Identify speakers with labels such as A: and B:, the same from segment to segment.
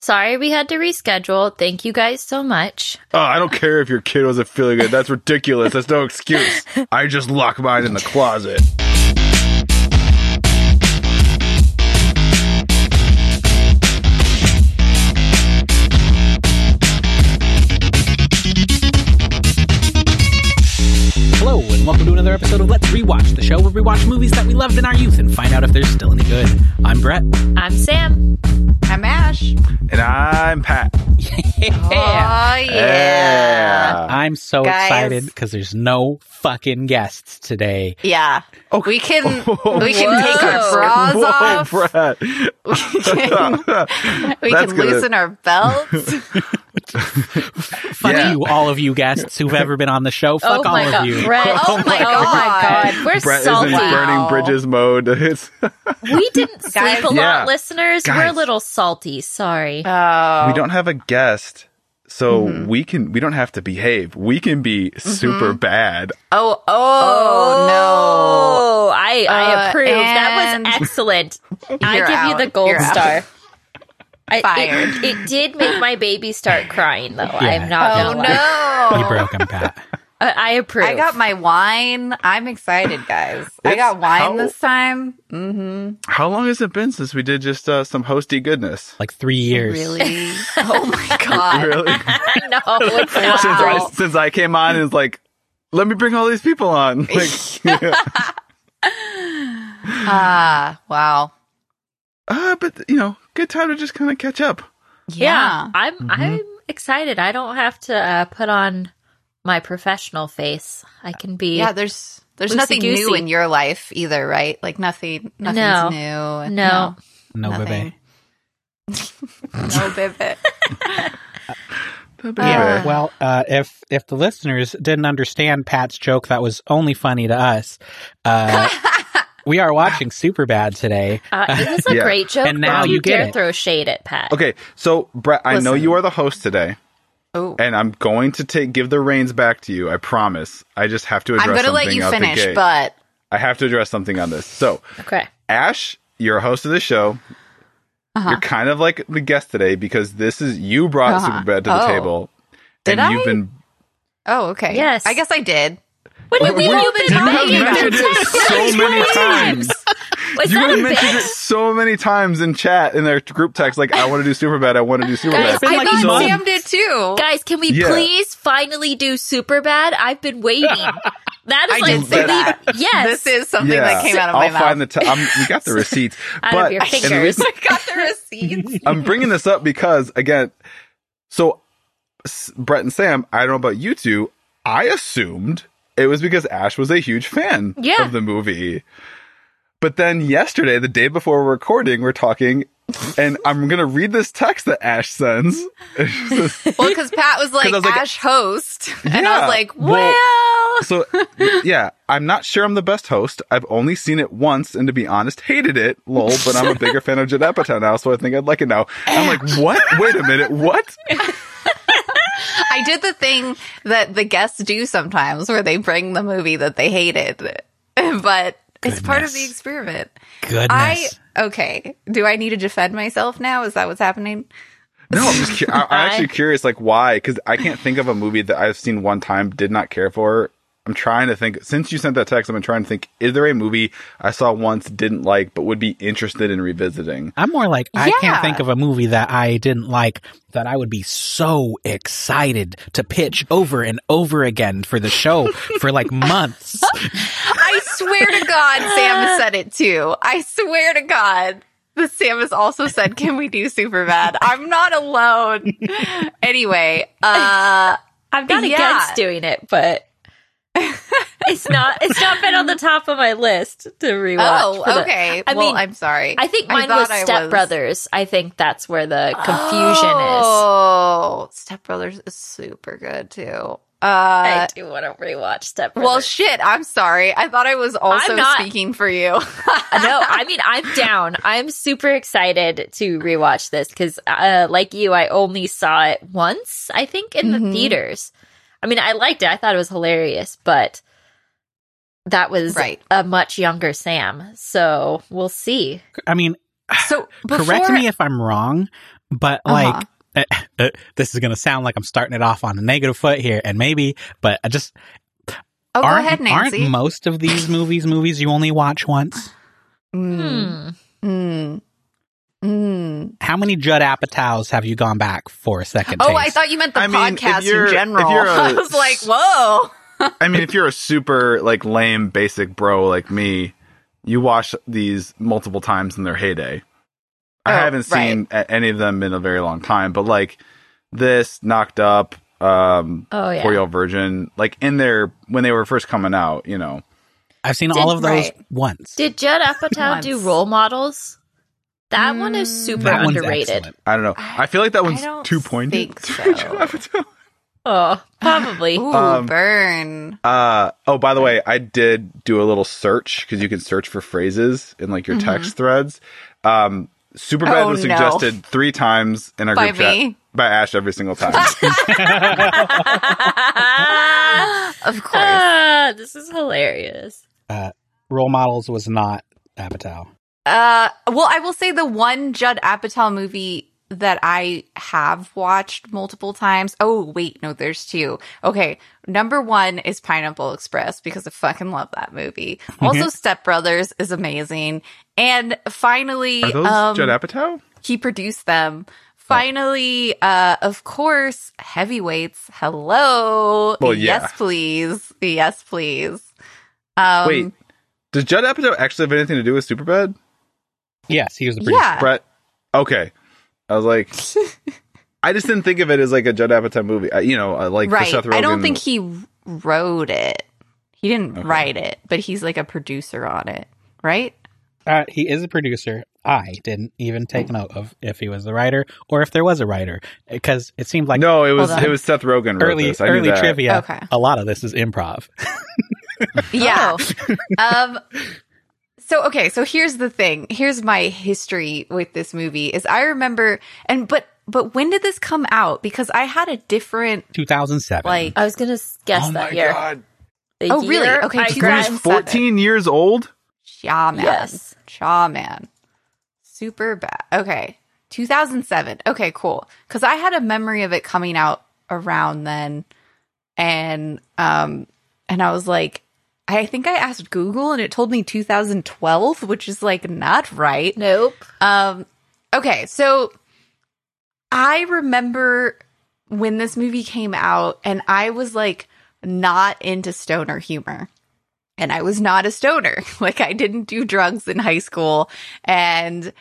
A: Sorry we had to reschedule. Thank you guys so much.
B: Oh, I don't care if your kid wasn't feeling good. That's ridiculous. That's no excuse. I just lock mine in the closet.
C: Hello, and welcome to another episode of Let's Rewatch, the show where we watch movies that we loved in our youth and find out if they're still any good. I'm Brett.
A: I'm Sam.
D: I'm Ash.
B: And I'm Pat.
D: Oh yeah.
C: I'm so
D: Guys.
C: excited because there's no fucking guests today.
D: Yeah. We can we can
A: Whoa.
D: take our bras
B: Oh. Whoa,
D: off.
B: Brett.
D: we
B: That's
D: can
B: gonna-
D: loosen our belts.
C: Fuck
B: Yeah.
C: you, all of you guests who've ever been on the show. Fuck all of you.
A: Brett.
D: Oh my God.
A: God. We're
B: Brett is in
A: salty.
B: burning bridges mode. It's,
A: We didn't sleep
D: Guys.
A: a lot,
B: Yeah.
A: listeners. We're a
B: Guys.
A: little salty. Sorry.
D: Oh.
B: we don't have a guest, so
D: Mm-hmm.
B: we can we don't have to behave. We can be super bad.
D: oh, oh, no.
A: Oh, I, I
D: Uh,
A: approve. That
D: and-
A: was excellent. I
D: You're
A: give you
D: out.
A: the gold
D: You're out.
A: star. I,
D: Fired.
A: It, it did make my baby start crying, though. I'm not
D: Oh
A: gonna lie.
C: You
D: no.
C: broke him, Pat.
A: I, I approve.
D: I got my wine. I'm excited, guys. I
B: It's
D: got wine
B: how-
D: this time. Mm-hmm.
B: How long has it been since we did just uh, some hosty goodness?
C: Like three years.
D: Really? oh my god.
B: Really?
A: I know. It's not.
B: since, I,
D: Wow.
B: since I came on, it's like, let me bring all these people on. Like,
D: Ah, wow.
B: uh, but you know, good time to just kind of catch up.
A: Yeah, I'm I'm excited. I don't have to uh, put on my professional face. I can be
D: Yeah, there's there's
A: Loosey
D: nothing new
A: goosey.
D: in your life either, right? Like nothing nothing's
A: No.
D: new.
A: no.
C: No,
D: Nothing.
C: baby.
D: No bibbit.
B: That'd be
C: Yeah.
B: fair.
C: Well, uh, if if the listeners didn't understand Pat's joke, that was only funny to us. Uh, we are watching Superbad today.
A: Uh, it was a
B: Yeah.
A: great joke.
C: And now
A: Don't
C: you get
A: dare
C: it.
A: throw shade at Pat.
B: Okay, so Brett, I know
D: Listen.
B: you are the host today,
D: Oh.
B: and I'm going to take give the reins back to you. I promise. I just have to address.
D: I'm going to let
B: something
D: you
B: out the
D: finish,
B: gate.
D: but
B: I have to address something on this. So,
A: Okay.
B: Ash, you're a host of this show. You're kind of like the guest today because this is you brought
D: Uh-huh.
B: Superbad to the
D: Oh.
B: table,
D: Did
B: and you've
D: I?
B: been
D: Oh, okay.
A: Yes.
D: I guess I did.
A: What do you mean
B: we-
A: you've been
B: you have
A: talking about
B: mentioned it so many times.
A: Was
B: you
A: that a
B: have mentioned it
A: bitch?
B: so many times in chat in their group text, like I want to do super bad, I want to do super
A: Guys,
B: bad.
C: It's been
D: I
C: like
D: thought
C: months.
D: Sam did too.
A: Guys, can we
B: Yeah.
A: please finally do super bad? I've been waiting. That is
D: I
A: like
D: did say
A: the
D: that.
A: lead- yes.
D: This is something that came out of
B: I'll
D: my mouth.
B: find the. T- I'm, we got the receipts,
A: Out
B: but
A: of your
B: and the
A: fingers.
B: reason-
D: I got the receipts.
B: I'm bringing this up because again, so S- Brett and Sam, I don't know about you two. I assumed it was because Ash was a huge fan
A: Yeah.
B: of the movie. But then yesterday, the day before we're recording, we're talking, and I'm gonna read this text that Ash sends.
D: well, because Pat was like,
B: I was like-
D: Ash host. And I
B: Yeah.
D: was like,
B: Well-
D: well.
B: so yeah, I'm not sure I'm the best host. I've only seen it once, and to be honest, hated it. Lol. But I'm a bigger fan of Judd Apatow now, so I think I'd like it now. And I'm like, what? Wait a minute, what?
D: I did the thing that the guests do sometimes where they bring the movie that they hated. but it's part of the
C: Goodness.
D: experiment.
C: Goodness.
D: I. Okay. Do I need to defend myself now? Is that what's happening?
B: No, I'm just cu- I- I'm actually curious, like why? Because I can't think of a movie that I've seen one time, did not care for. I'm trying to think. Since you sent that text, I've been trying to think: is there a movie I saw once, didn't like, but would be interested in revisiting?
C: I'm more like I
D: Yeah.
C: can't think of a movie that I didn't like that I would be so excited to pitch over and over again for the show for like months.
D: I swear to God, Sam has said it too. I swear to God. that Sam has also said, Can we do super bad? I'm not alone. anyway, uh
A: I'm not
D: Yeah.
A: against doing it, but it's not it's not been on the top of my list to rewatch.
D: oh,
A: for the-
D: okay.
A: I
D: well,
A: mean,
D: I'm sorry.
A: I think mine was
D: thought I
A: Step Brothers. I think that's where the confusion is.
D: Oh, Step Brothers is super good too. Uh
A: I do want to rewatch Step Brothers.
D: well, shit. I'm sorry. I thought I was also
A: I'm not-
D: speaking for you.
A: no, I mean I'm down. I'm super excited to rewatch this because, uh, like you, I only saw it once. I think in the
D: Mhm.
A: theaters. I mean, I liked it. I thought it was hilarious, but that was
D: Right.
A: a much younger Sam. So we'll see.
C: I mean,
D: so
C: correct me if I'm wrong, But
D: Uh-huh.
C: like, uh, uh, this is going to sound like I'm starting it off on a negative foot here, and maybe, but I just
D: Oh, go
C: aren't,
D: ahead, Nancy.
C: aren't most of these movies movies you only watch once?
D: Mm,
A: Hmm.
D: mm, mm.
C: How many Judd Apatows have you gone back for a second?
D: Oh, I
C: taste?
D: thought you meant the
B: I mean, if
D: podcast
B: you're-
D: in
B: if
D: general.
B: you're a-
D: I was like, whoa.
B: I mean, if you're a super like lame basic bro like me, you watch these multiple times in their heyday. I
D: Oh,
B: haven't seen a- any of them in a very long time, but like this, knocked up, um,
A: Oh yeah.
B: Poor Yellow Virgin, like in their when they were first coming out, you know.
C: I've seen
A: Did-
C: all of those
D: right.
C: once.
A: Did Judd Apatow do
D: Once.
A: role models? That one is super
C: that one's
A: underrated.
C: excellent.
B: I don't know. I feel like that one's
D: I don't
B: too pointed.
D: think so.
A: Oh, probably.
D: Ooh,
B: Um,
D: burn.
B: Uh oh, by the way, I did do a little search because you can search for phrases in like your text threads. Um Superbad
D: Mm-hmm. Oh,
B: was
D: no.
B: suggested three times in our
D: By
B: group chat
D: me?
B: by Ash every single time.
D: Of course.
A: Ah, this is hilarious.
C: Role Models was not Apatow.
D: Uh, well, I will say the one Judd Apatow movie that I have watched multiple times. Oh, wait, no, there's two. Okay, number one is Pineapple Express because I fucking love that movie.
B: Mhm.
D: Also, Step Brothers is amazing, and finally,
B: Are those
D: um,
B: Judd Apatow? Oh.
D: he produced them. Finally, uh, of course, heavyweights. Hello,
B: Well, yeah.
D: yes, please, yes, please. Um,
B: Wait, does Judd Apatow actually have anything to do with Superbad?
C: Yes, he was the producer.
D: yeah,
B: Brett, okay. I was like, I just didn't think of it as like a Judd Apatow movie. I, you know, I like the
D: right.
B: Seth
D: I don't
B: Rogen-
D: think he wrote it. He didn't write it, but he's like a producer on it, right?
C: Uh, he is a producer. I didn't even take note of if he was the writer or if there was a writer because it seemed like
B: no, it was
D: Hold on.
B: it was Seth Rogen wrote
C: early
B: this. I knew
C: early
B: that.
C: trivia.
D: Okay.
C: A lot of this is improv.
D: Yeah.
B: Oh.
D: um so okay, so here's the thing. Here's my history with this movie is I remember and but but when did this come out? Because I had a different
C: 2007.
D: like
A: I was gonna s- guess
B: Oh
A: that
B: my
A: year.
B: god,
A: The
D: Oh, really?
A: year
D: Okay,
A: I
D: two
B: Grant's
A: graduated-
D: thousand- seven.
B: fourteen years old.
D: shaman.
A: Yes.
D: Shaman. Super bad. Okay. 2007. Okay, cool. Cuz I had a memory of it coming out around then and um and I was like I think I asked Google and it told me 2012, which is like not right.
A: Nope.
D: Um, okay, so I remember when this movie came out, and I was like not into stoner humor. And I was not a stoner. Like, I didn't do drugs in high school. And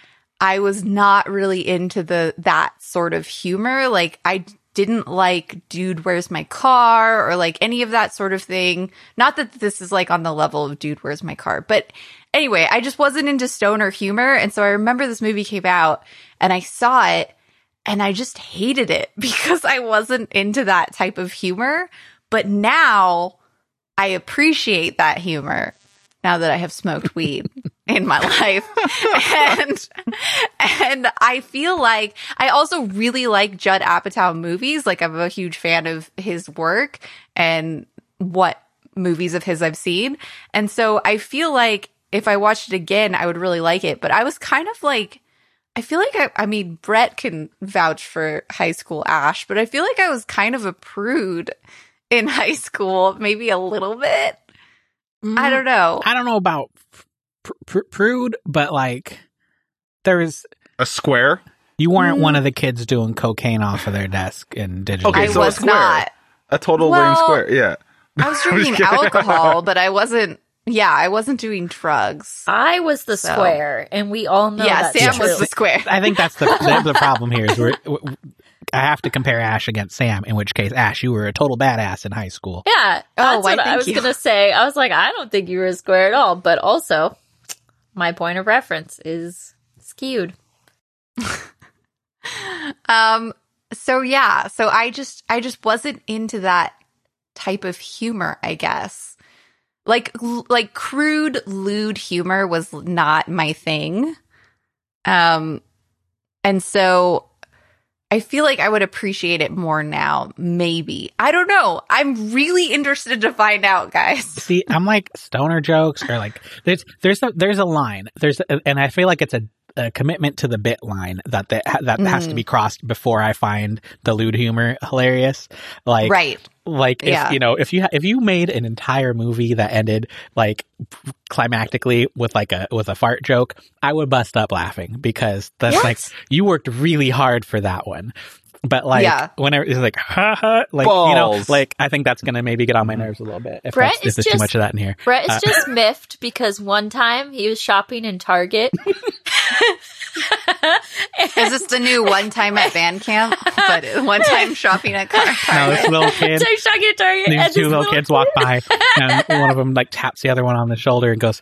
D: I was not really into the that sort of humor. Like, I didn't like Dude, Where's My Car or like any of that sort of thing. Not that this is like on the level of Dude, Where's My Car, but anyway, I just wasn't into stoner humor. And so I remember this movie came out and I saw it and I just hated it because I wasn't into that type of humor. But now I appreciate that humor now that I have smoked weed in my life. And and I feel like I also really like Judd Apatow movies. Like I'm a huge fan of his work and what movies of his I've seen. And so I feel like if I watched it again, I would really like it. But I was kind of like I feel like I, I mean, Brett can vouch for high school Ash, but I feel like I was kind of a prude in high school, maybe a little bit.
C: Mm-hmm.
D: I don't know.
C: I don't know about pr- pr- prude, but like there is
B: A square.
C: you
D: Mm.
C: weren't one of the kids doing cocaine off of their desk and digital.
B: Okay,
D: I
B: so a
D: was
B: square.
D: not.
B: A total lame
D: Well-
B: square. Yeah.
D: I was
B: just
D: drinking
B: kidding.
D: alcohol, but I wasn't. Yeah, I wasn't doing drugs.
A: I was the
D: So-
A: square, and we all know
D: yeah,
A: that's
D: Sam
A: true.
D: was the square.
C: I think that's the the, the problem here is we're, w- w- I have to compare Ash against Sam, in which case Ash, you were a total badass in high school.
A: Yeah.
D: Oh,
A: That's
D: why,
A: what I
D: thank
A: was
D: you.
A: gonna say. I was like, I don't think you were a square at all. But also, my point of reference is skewed.
D: Um. So yeah. So I just I just wasn't into that type of humor. I guess like l- like crude, lewd humor was not my thing. Um, and so I feel like I would appreciate it more now. Maybe I don't know. I'm really interested to find out, guys.
C: See, I'm like stoner jokes or like there's there's a, there's a line there's and I feel like it's a a commitment to the bit line that that, that has to be crossed before I find the lewd humor hilarious. Like
D: right.
C: like if
D: Yeah.
C: you know if you ha- if you made an entire movie that ended like climactically with like a with a fart joke, I would bust up laughing because that's
A: What?
C: like you worked really hard for that one. But like
D: Yeah.
C: whenever it's like ha ha like you know
B: Balls.
C: like I think that's gonna maybe get on my nerves a little bit if,
A: Brett
C: that's, if
A: is
C: there's too
A: just-
C: much of that in here.
A: Brett is just miffed because one time he was shopping in Target.
D: Is this the new one time at band camp? But one time shopping at car
C: No, this little kid.
A: so I'm shopping at Target.
C: these
A: and
C: two
A: this
C: little kids walk by, and one of them like taps the other one on the shoulder and goes,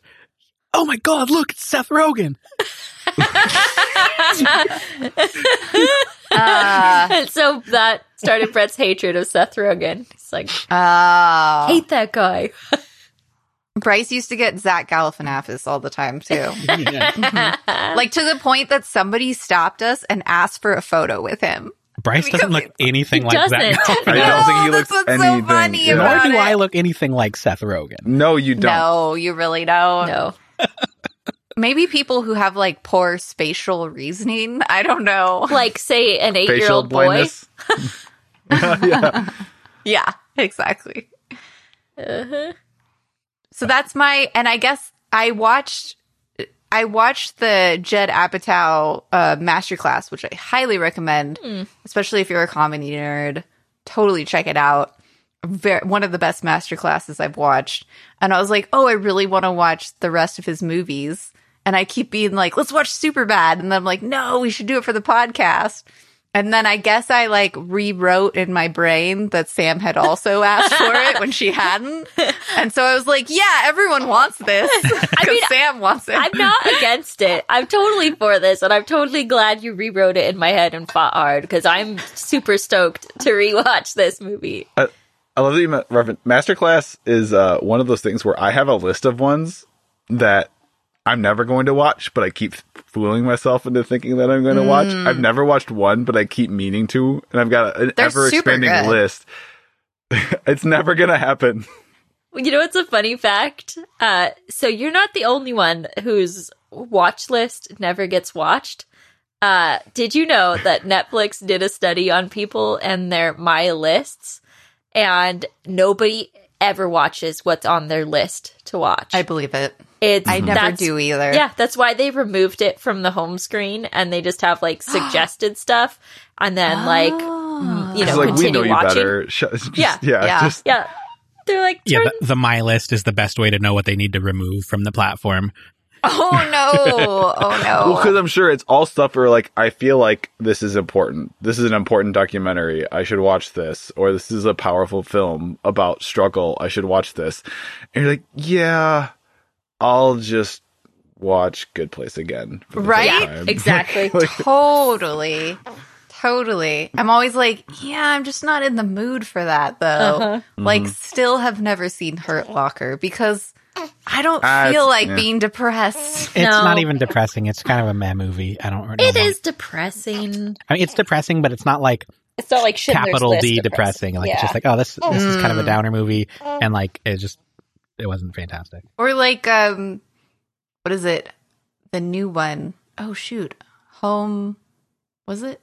C: "Oh my God, look, it's Seth Rogen."
D: Uh,
A: And so that started Brett's hatred of Seth Rogen. It's like,
D: uh,
A: hate that guy.
D: Bryce used to get Zach Galifianakis all the time too, like to the point that somebody stopped us and asked for a photo with him.
C: Bryce
D: Because
C: doesn't look anything like
A: doesn't.
C: that.
B: I
D: No,
B: don't think he
D: that's
B: looks
D: what's so
B: anything.
D: funny
B: yeah.
D: about-
C: Nor do
D: it.
C: I look anything like Seth Rogen.
B: No, you don't.
D: No, you really don't.
A: No.
D: Maybe people who have like poor spatial reasoning. I don't know.
A: Like, say, an eight year
B: Facial
A: old boy.
B: blindness. yeah.
D: Yeah, exactly.
C: Uh-huh.
D: So that's my, and I guess I watched, I watched the Jed Apatow uh, masterclass, which I highly recommend, especially if you're a comedy nerd. Totally check it out. Ver one of the best masterclasses I've watched. And I was like, oh, I really want to watch the rest of his movies. And I keep being like, let's watch Superbad. And then I'm like, no, we should do it for the podcast. And then I guess I like rewrote in my brain that Sam had also asked for it when she hadn't. And so I was like, yeah, everyone wants this. I
A: mean,
D: Sam wants it.
A: I'm not against it. I'm totally for this, and I'm totally glad you rewrote it in my head and fought hard because I'm super stoked to rewatch this movie.
B: I love that you met reference. Masterclass is uh, one of those things where I have a list of ones that I'm never going to watch, but I keep fooling myself into thinking that I'm going to watch. I've never watched one, but I keep meaning to, and I've got an
D: They're
B: ever expanding
D: super good.
B: list. it's never going to happen.
A: You know what's a funny fact? Uh, so you're not the only one whose watch list never gets watched. Uh, did you know that Netflix did a study on people and their my lists, and nobody ever watches what's on their list to watch?
D: I believe it.
A: it's
D: I never
A: that's-
D: do either.
A: Yeah, that's why they removed it from the home screen and they just have like suggested stuff and then like
D: Oh. Ah.
A: mm, you
B: It's
A: know
B: like we
A: continue
B: know you
A: watching.
B: better. Sh- just-
A: Yeah.
B: yeah,
D: Yeah.
B: Just
A: Yeah. They're like
C: Yeah,
A: turn-
C: the, the My List is the best way to know what they need to remove from the platform.
D: Oh no. Oh no.
B: Well, because I'm sure it's all stuff where like I feel like this is important. This is an important documentary. I should watch this, or this is a powerful film about struggle. I should watch this. And you're like, yeah, I'll just watch Good Place again. for the
D: Right?
B: third
A: Yeah,
B: time.
A: exactly.
D: totally. Totally. I'm always like, yeah, I'm just not in the mood for that though.
B: Mm-hmm.
D: Like still have never seen Hurt Locker because I don't
B: Ah,
D: feel
B: it's-
D: like
B: yeah.
D: being depressed.
C: It's
A: No.
C: not even depressing. It's kind of a meh movie. I don't.
A: It
C: know.
A: is depressing.
C: I mean, it's depressing, but it's not like
A: It's not like Schindler's
C: capital
A: List
C: D depressing. Like it's
A: Yeah. Mm.
C: just like, oh, this this is kind of a downer movie, and like it just it wasn't fantastic.
D: Or like um what is it? The new one. Oh shoot. Home was it?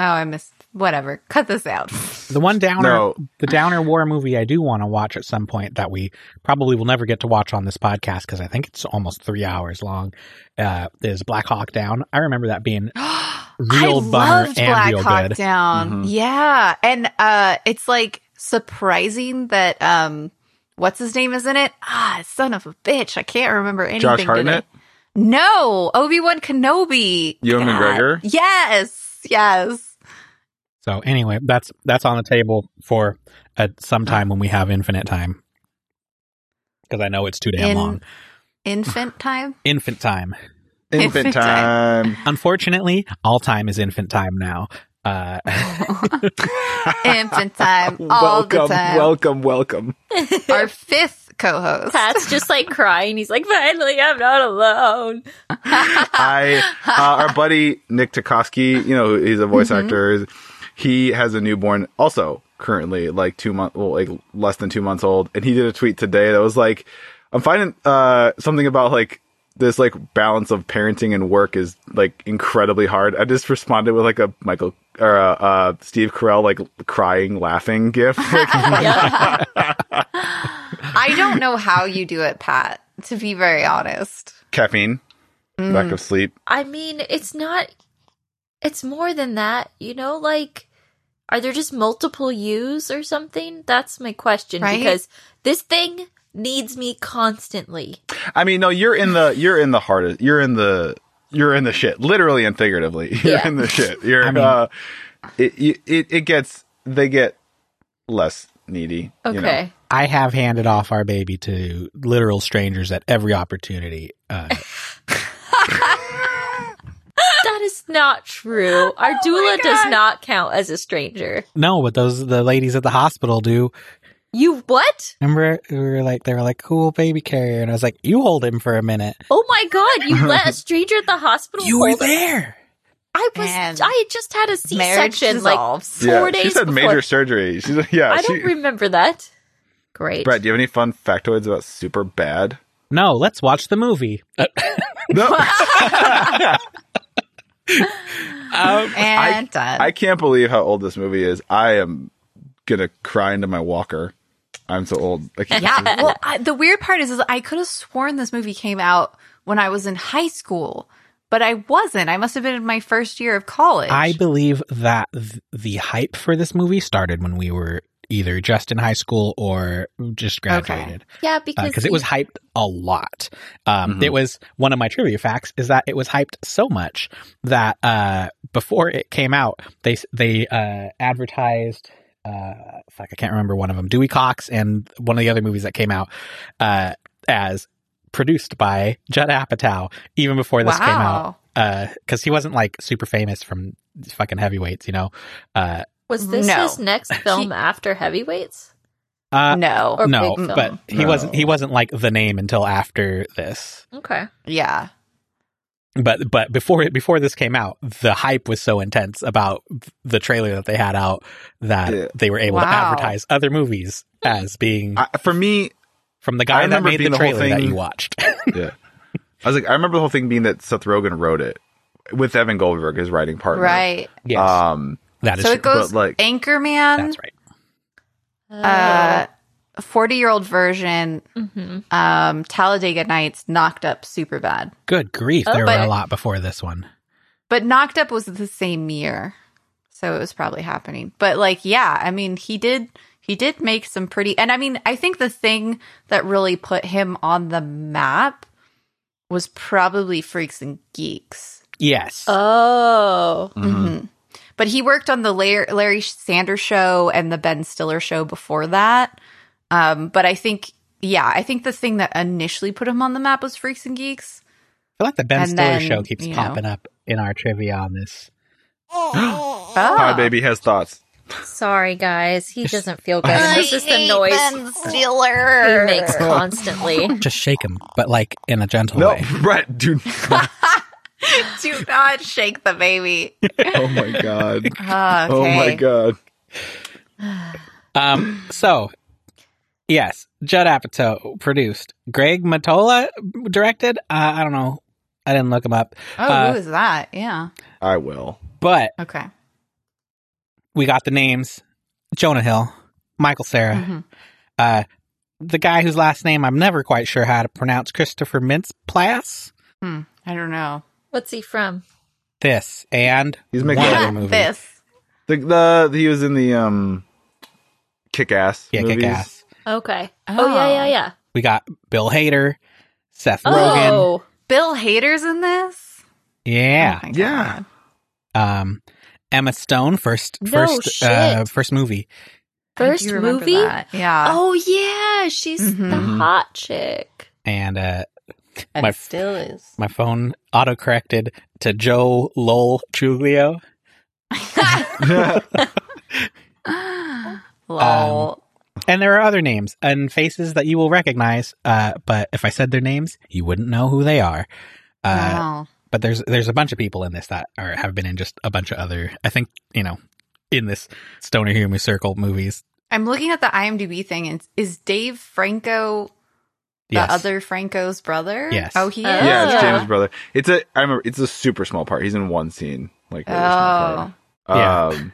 D: Oh, I missed whatever. Cut this out.
C: The one downer,
B: No.
C: the downer war movie I do want to watch at some point that we probably will never get to watch on this podcast because I think it's almost three hours long. Uh, is Black Hawk Down? I remember that being real
D: I
C: bummer
D: loved
C: and
D: Black
C: real
D: Hawk
C: good.
D: Down.
B: Mm-hmm.
D: Yeah, and uh, it's like surprising that um, what's his name is in it. Ah, son of a bitch, I can't remember anything.
B: Josh
D: today.
B: Hartnett,
D: No, Obi Wan Kenobi.
B: Ewan
D: God.
B: McGregor?
D: Yes, yes.
C: So anyway, that's that's on the table for uh, some time when we have infinite time because I know it's too damn
D: In-
C: long.
D: Infant time.
C: Infant time.
B: Infant Time.
C: Unfortunately, all time is infant time now. Uh,
D: Infant time. All
B: welcome,
D: the time.
B: welcome, welcome.
D: Our fifth co-host.
A: Pat's just like crying. He's like, finally, I'm not alone.
B: I uh, our buddy Nick Tukoski, you know, he's a voice actor. He has a newborn also currently like 2 month well, like less than 2 months old and he did a tweet today that was like I'm finding uh something about like this like balance of parenting and work is like incredibly hard. I just responded with like a Michael or a, uh, Steve Carell like crying laughing gif. Like,
D: I don't know how you do it, Pat, to be very honest.
B: caffeine, lack of sleep.
A: I mean, it's not. It's more than that, you know. Like, are there just multiple yous or something? That's my question
D: Right?
A: because this thing needs me constantly.
B: I mean, no, you're in the you're in the hardest. You're in the you're in the shit, literally and figuratively. You're
A: Yeah.
B: in the shit. You're
C: mean-
B: uh, it, you- it it gets they get less needy. you know?
A: Okay,
C: I have handed off our baby to literal strangers at every opportunity. Uh,
A: that is not true. Our doula does
D: God.
A: not count as a stranger.
C: no, but those the ladies at the hospital do.
A: You what?
C: Remember, we were like, they were like, "Cool baby carrier," and I was like, "You hold him for a minute."
A: Oh my god! You let a stranger at the hospital.
C: You were
A: hold-
C: there.
A: I was.
D: And
A: I had just had a
D: Marriage
A: C-section. Like
D: dissolves.
A: four
B: yeah,
A: days
B: she said
A: before.
B: major surgery. She's like, yeah.
A: I
B: she,
A: don't remember that. Great.
B: Brett, do you have any fun factoids about Super Bad?
C: No, let's watch the movie.
B: No,
D: and uh, done.
B: Um, I can't believe how old this movie is. I am gonna cry into my walker. I'm so old. I can't
D: yeah. Well, I, the weird part is, is I could have sworn this movie came out when I was in high school, but I wasn't. I must have been in my first year of college.
C: I believe that th- the hype for this movie started when we were either just in high school or just graduated.
A: Yeah, because
C: because Uh, it was hyped a lot. Um,
B: Mhm.
C: It was one of my trivia facts is that it was hyped so much that uh, before it came out, they s- they uh, advertised. Uh, fuck, I can't remember one of them. Dewey Cox and one of the other movies that came out uh, as produced by Judd Apatow, even before this came out,
D: wow.
C: because uh, he wasn't like super famous from fucking heavyweights, you know. Uh,
A: Was this
D: No.
A: his next film after Heavyweights?
C: uh,
D: no.
A: or
C: no,
A: big film.
C: but he wasn't. He
B: No.
C: wasn't like the name until after this.
A: Okay.
D: yeah.
C: but but before it before this came out, the hype was so intense about the trailer that they had out that
B: Yeah.
C: they were able to
D: Wow.
C: advertise other movies as being
B: I, for me,
C: from the
B: I
C: guy that
B: remember
C: made the
B: being the whole
C: trailer that
B: thing- uh,
C: you watched.
B: yeah. I was like, I remember the whole thing being that Seth Rogen wrote it with Evan Goldberg, his writing partner.
D: Right.
C: yes,
B: Um,
C: that is
D: So
C: true.
D: it goes
B: but, like-
D: Anchorman,
C: That's right.
A: Oh,
D: uh, 40 year old version,
A: mm-hmm.
D: um, Talladega Nights, Knocked Up Super Bad.
C: Good grief, there were
D: Oh, but-
C: a lot before this one.
D: But Knocked Up was the same year. So it was probably happening. But like, yeah, I mean, he did he did make some pretty and I mean, I think the thing that really put him on the map was probably Freaks and Geeks.
C: Yes,
D: Uh,
A: oh.
D: Mm-hmm.
B: Mm-hmm.
D: But he worked on the Lar- Larry Sanders show and the Ben Stiller show before that. Um, but I think yeah, I think the thing that initially put him on the map was Freaks and Geeks.
C: I feel like the Ben
D: and
C: Stiller
D: then,
C: show keeps
D: you know.
C: popping up in our trivia on this.
D: Oh,
B: Hi, baby has thoughts.
A: Sorry, guys. He doesn't feel good. And this is the noise he
D: Stiller.
A: makes constantly.
C: Just shake him, but like in a gentle
B: No,
C: way.
B: Brett, dude.
D: Do not shake the baby.
B: oh my god.
D: Okay.
B: Oh my god.
C: Um, so yes, Judd Apatow produced, Greg Matola directed. Uh, I don't know. I didn't look him up,
D: Oh,
C: Uh,
D: who is that? Yeah.
B: I will.
C: but
D: Okay.
C: we got the names: Jonah Hill, Michael Sarah,
D: Mhm.
C: uh, the guy whose last name I'm never quite sure how to pronounce, Christopher Mintz Plass.
D: Hmm. I don't know.
A: What's he from?
C: This and
B: He's making
C: one
B: a-
C: other movie.
D: This.
B: The, the he was in the um kick ass.
C: yeah, kick ass.
A: Okay. Oh, yeah, yeah, yeah.
C: We got Bill Hader, Seth Rogen.
A: Oh.
D: Bill Hader's in this?
C: Yeah,
D: Oh my
B: Yeah.
D: God.
C: um, Emma Stone first
A: No
C: first uh,
A: shit.
C: first movie.
D: I do
A: First
D: remember
A: movie?
D: that.
C: Uh,
D: Yeah.
A: Oh, yeah. She's
C: Mm-hmm.
A: the
D: Mhm.
A: hot chick.
C: and uh,
D: and
C: my
D: it still is.
C: my phone autocorrected to Joe Lowell Truglio.
B: Um,
D: Lol.
C: And there are other names and faces that you will recognize, uh, but if I said their names, you wouldn't know who they are. Uh,
D: wow.
C: But there's there's a bunch of people in this that are have been in just a bunch of other. I think you know in this Stoner Humor Circle movies.
D: I'm looking at the IMDb thing, and is Dave Franco
C: Yes.
D: The other Franco's brother?
C: Yes.
D: Oh, he is?
A: Yeah,
B: Yeah, it's
A: Yeah.
B: James' brother. It's a I remember it's a super small part. He's in one scene, like really small part.
D: Oh.
C: Yeah.
B: Um,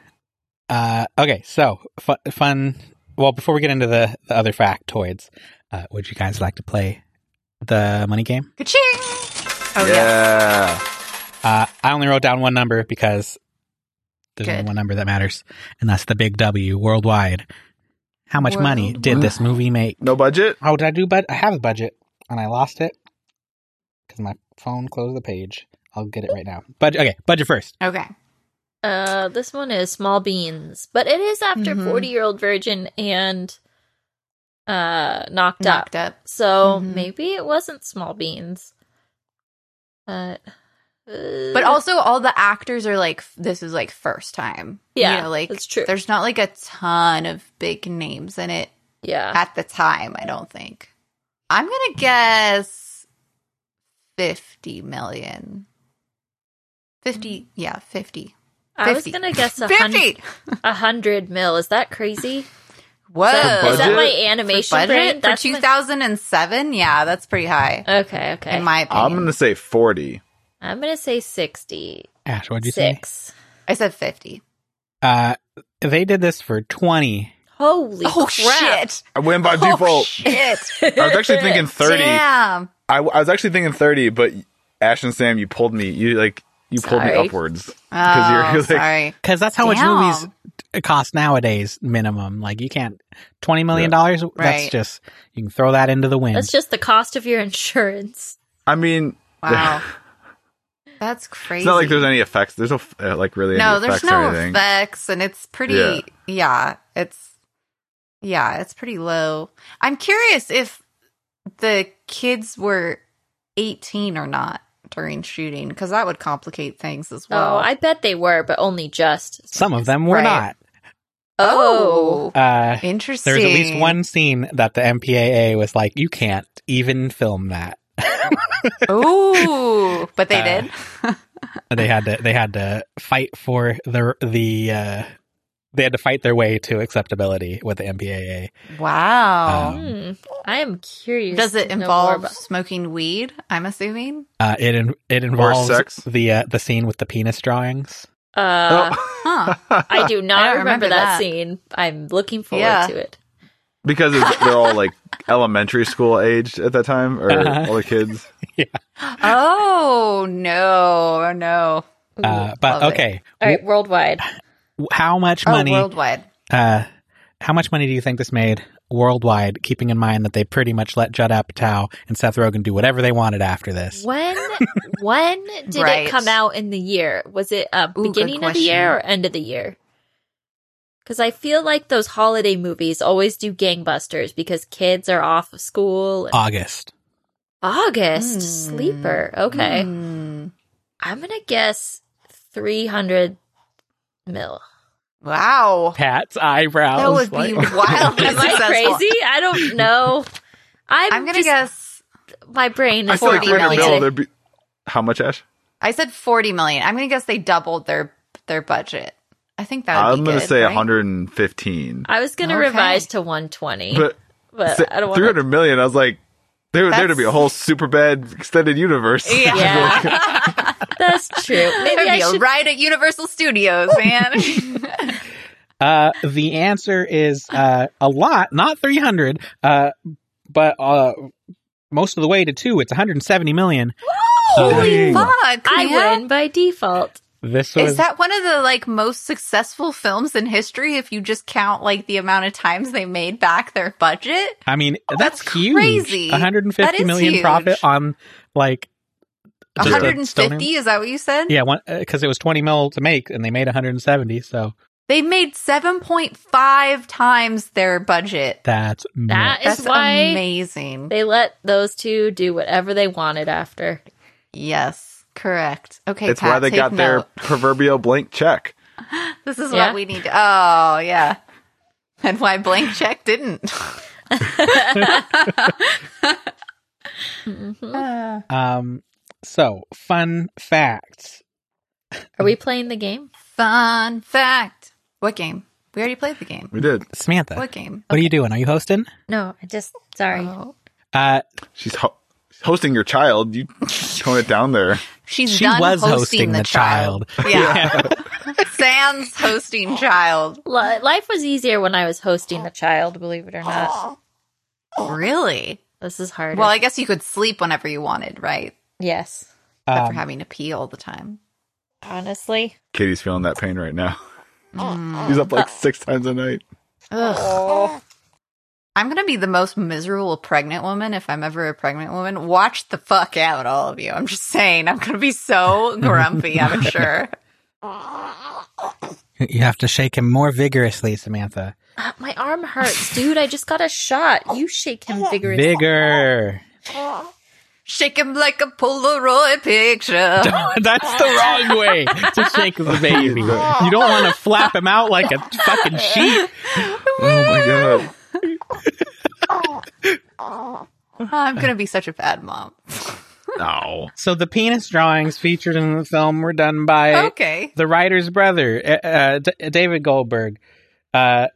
C: Uh, okay, so fun, fun. Well, before we get into the, the other factoids, uh, would you guys like to play the money game?
D: Ka-ching! Oh, yeah.
B: yeah.
C: Uh, I only wrote down one number because there's only
D: Good.
C: one number that matters, and that's the big W worldwide. How much money did this movie make?
B: No budget.
C: Oh, did I do? But I have a budget, and I lost it because my phone closed the page. I'll get it right now. Budget. Okay, budget first.
D: Okay.
A: Uh, this one is small beans, but it is after
D: Mhm.
A: 40 year old virgin and uh knocked, up.
D: Knocked up.
A: So
D: Mhm.
A: maybe it wasn't small beans. But uh,
D: But also, all the actors are like, this is like first time.
A: Yeah,
D: You know, like,
A: that's true.
D: There's not like a ton of big names in it
A: yeah.
D: at the time, I don't think. I'm going to guess 50 million. 50, yeah, 50.
A: I was
D: 50.
A: going to guess a 100
D: 50!
A: a hundred mil. Is that crazy?
D: Whoa.
B: For
A: Is that
B: budget?
A: my
D: Oh. For
A: animation
D: budget?
A: brain?
D: For
A: That's my-
D: 2007? Yeah, that's pretty high,
A: okay, okay.
D: in my
B: I'm
D: opinion.
B: gonna say forty.
A: I'm going to say 60.
C: Ash, what'd you say?
A: Six.
D: I said 50.
C: Uh, they did this for twenty.
A: Holy crap.
B: I went by
D: Oh,
B: default.
D: shit.
A: shit.
B: I was actually thinking thirty.
D: Damn.
B: I, I was actually thinking thirty, but Ash and Sam, you pulled me. You like you pulled me
A: Sorry.
B: upwards.
D: Oh,
B: you're- you're like-
D: sorry.
C: Because that's how
D: Damn.
C: much movies t- cost nowadays, minimum. Like you can't twenty million dollars. That's
D: Right.
C: just you can throw that into the wind.
A: That's just the cost of your insurance.
B: I mean,
D: Wow. That's crazy.
B: it's not like there's any effects. There's no f- uh, like really
D: no,
B: any
D: there's
B: effects
D: no
B: or anything.
D: effects, and it's pretty.
B: Yeah.
D: Yeah. it's yeah, it's pretty low. I'm curious if the kids were 18 or not during shooting, because that would complicate things as well.
A: oh, I bet they were, but only just.
C: Some of them were
D: Right.
C: not.
A: Oh.
C: Uh,
D: interesting.
C: there was at least one scene that the MPAA was like, "You can't even film that."
D: Ooh, but they
C: Uh,
D: did.
C: they had to. They had to fight for the the. Uh, they had to fight their way to acceptability with the MPAA.
D: Wow.
C: um,
A: Hmm. I am curious.
D: Does it
A: to know more
D: involve
A: about-
D: smoking weed? I'm assuming.
C: Uh, it in, it involves
B: sex?
C: the uh, the scene with the penis drawings.
B: Oh,
A: Uh,
D: Huh.
A: I do not
D: I don't
A: remember,
D: remember
A: that
D: that.
A: scene. I'm looking forward
D: Yeah.
A: to it.
B: because it's, they're all like elementary school aged at that time, or
C: Uh-huh.
B: all the kids.
D: oh no, no.
C: Uh, but
D: love it.
C: okay,
A: All right, worldwide.
C: w- how much
D: Oh,
C: money?
D: worldwide.
C: Uh, how much money do you think this made worldwide, keeping in mind that they pretty much let Judd Apatow and Seth Rogen do whatever they wanted after this?
A: When when did
D: Right.
A: it come out in the year? Was it uh,
D: Ooh, good
A: beginning of the year or end of the year? Because I feel like those holiday movies always do gangbusters because kids are off of school.
C: August.
A: August
D: Mm.
A: sleeper. Okay,
D: Hmm.
A: I'm gonna guess 300 mil.
D: Wow.
C: Pat's eyebrows.
D: That would be
C: like-
D: wildly
A: Am I
D: successful.
A: crazy? I don't know. I'm,
D: I'm gonna
A: just-
D: guess.
A: my brain
B: I
A: is
B: feel like
D: 40
B: we're in the
A: formulating.
D: million.
B: middle. There'd be how much, Ash?
D: I said 40 million. I'm gonna guess they doubled their their budget. I think that. Would
B: I'm
D: be
B: gonna
D: good,
B: say
D: right?
B: 115.
A: I was gonna
D: Okay.
A: revise to 120, but,
B: But
A: I don't want.
B: three hundred million. I was like, there there to be a
D: That's-
B: whole super bad extended universe.
D: Yeah.
A: Yeah, that's true. Maybe
D: That'd
A: I
D: be a
A: should.
D: ride at Universal Studios, man.
C: Uh, the answer is uh, a lot, not 300, uh, but uh, most of the way to two. It's 170 million.
D: Holy
B: Dang.
D: fuck!
A: I
D: man.
A: win by default.
C: This was
D: Is that one of the like most successful films in history? If you just count like the amount of times they made back their budget,
C: I mean, that's,
D: Oh, that's
C: huge.
D: crazy.
C: 150
D: That is
C: million
D: huge.
C: profit on like just a stoner-
D: 150 is that what you said?
C: Yeah, because it was 20 mil to make, and they made 170. So
D: They made 7.5 times their budget.
C: that's
A: That is
D: That's
A: why
D: amazing.
A: they let those two do whatever they wanted after.
D: Yes, correct. Okay,
B: it's
D: Pat,
B: why they
D: take
B: got their
D: note.
B: proverbial blank check.
D: This is
A: Yeah.
D: what we need. To, oh, yeah. And why blank check didn't. Uh,
C: Um, so fun facts.
A: Are we playing the game?
D: fun fact. What game? We already played the game.
B: We did.
C: Samantha,
D: What
C: what,
D: game?
C: are you doing? Are you hosting?
A: No, I just sorry.
D: Oh.
C: Uh,
B: She's ho- hosting your child. You tone it down there.
D: She's
C: She
D: done
C: was
D: hosting,
C: hosting
D: the,
C: the
D: child. Yeah. Sans hosting child.
A: Li- life was easier when I was hosting the child, believe it or not.
D: Really?
A: This is hard.
D: Well, I guess you could sleep whenever you wanted, right?
A: yes.
D: But for
C: um,
D: having to pee all the time.
A: Honestly.
B: Katie's feeling that pain right now.
D: Mm.
B: He's up like six times a night.
A: Ugh.
D: I'm gonna be the most miserable pregnant woman if I'm ever a pregnant woman. Watch the fuck out, all of you. I'm just saying, I'm gonna be so grumpy. I'm sure.
C: you have to shake him more vigorously, Samantha.
A: Uh, my arm hurts, dude. I just got a shot. You shake him vigorously.
C: Vigor.
D: Shake him like a Polaroid picture.
C: That's the wrong way to shake the baby. You don't want to flap him out like a fucking sheep.
B: Oh my god.
D: I'm gonna be such a bad mom.
B: No.
C: So the penis drawings featured in the film were done by
D: Okay.
C: the writer's brother, uh, uh, D- David Goldberg. Uh,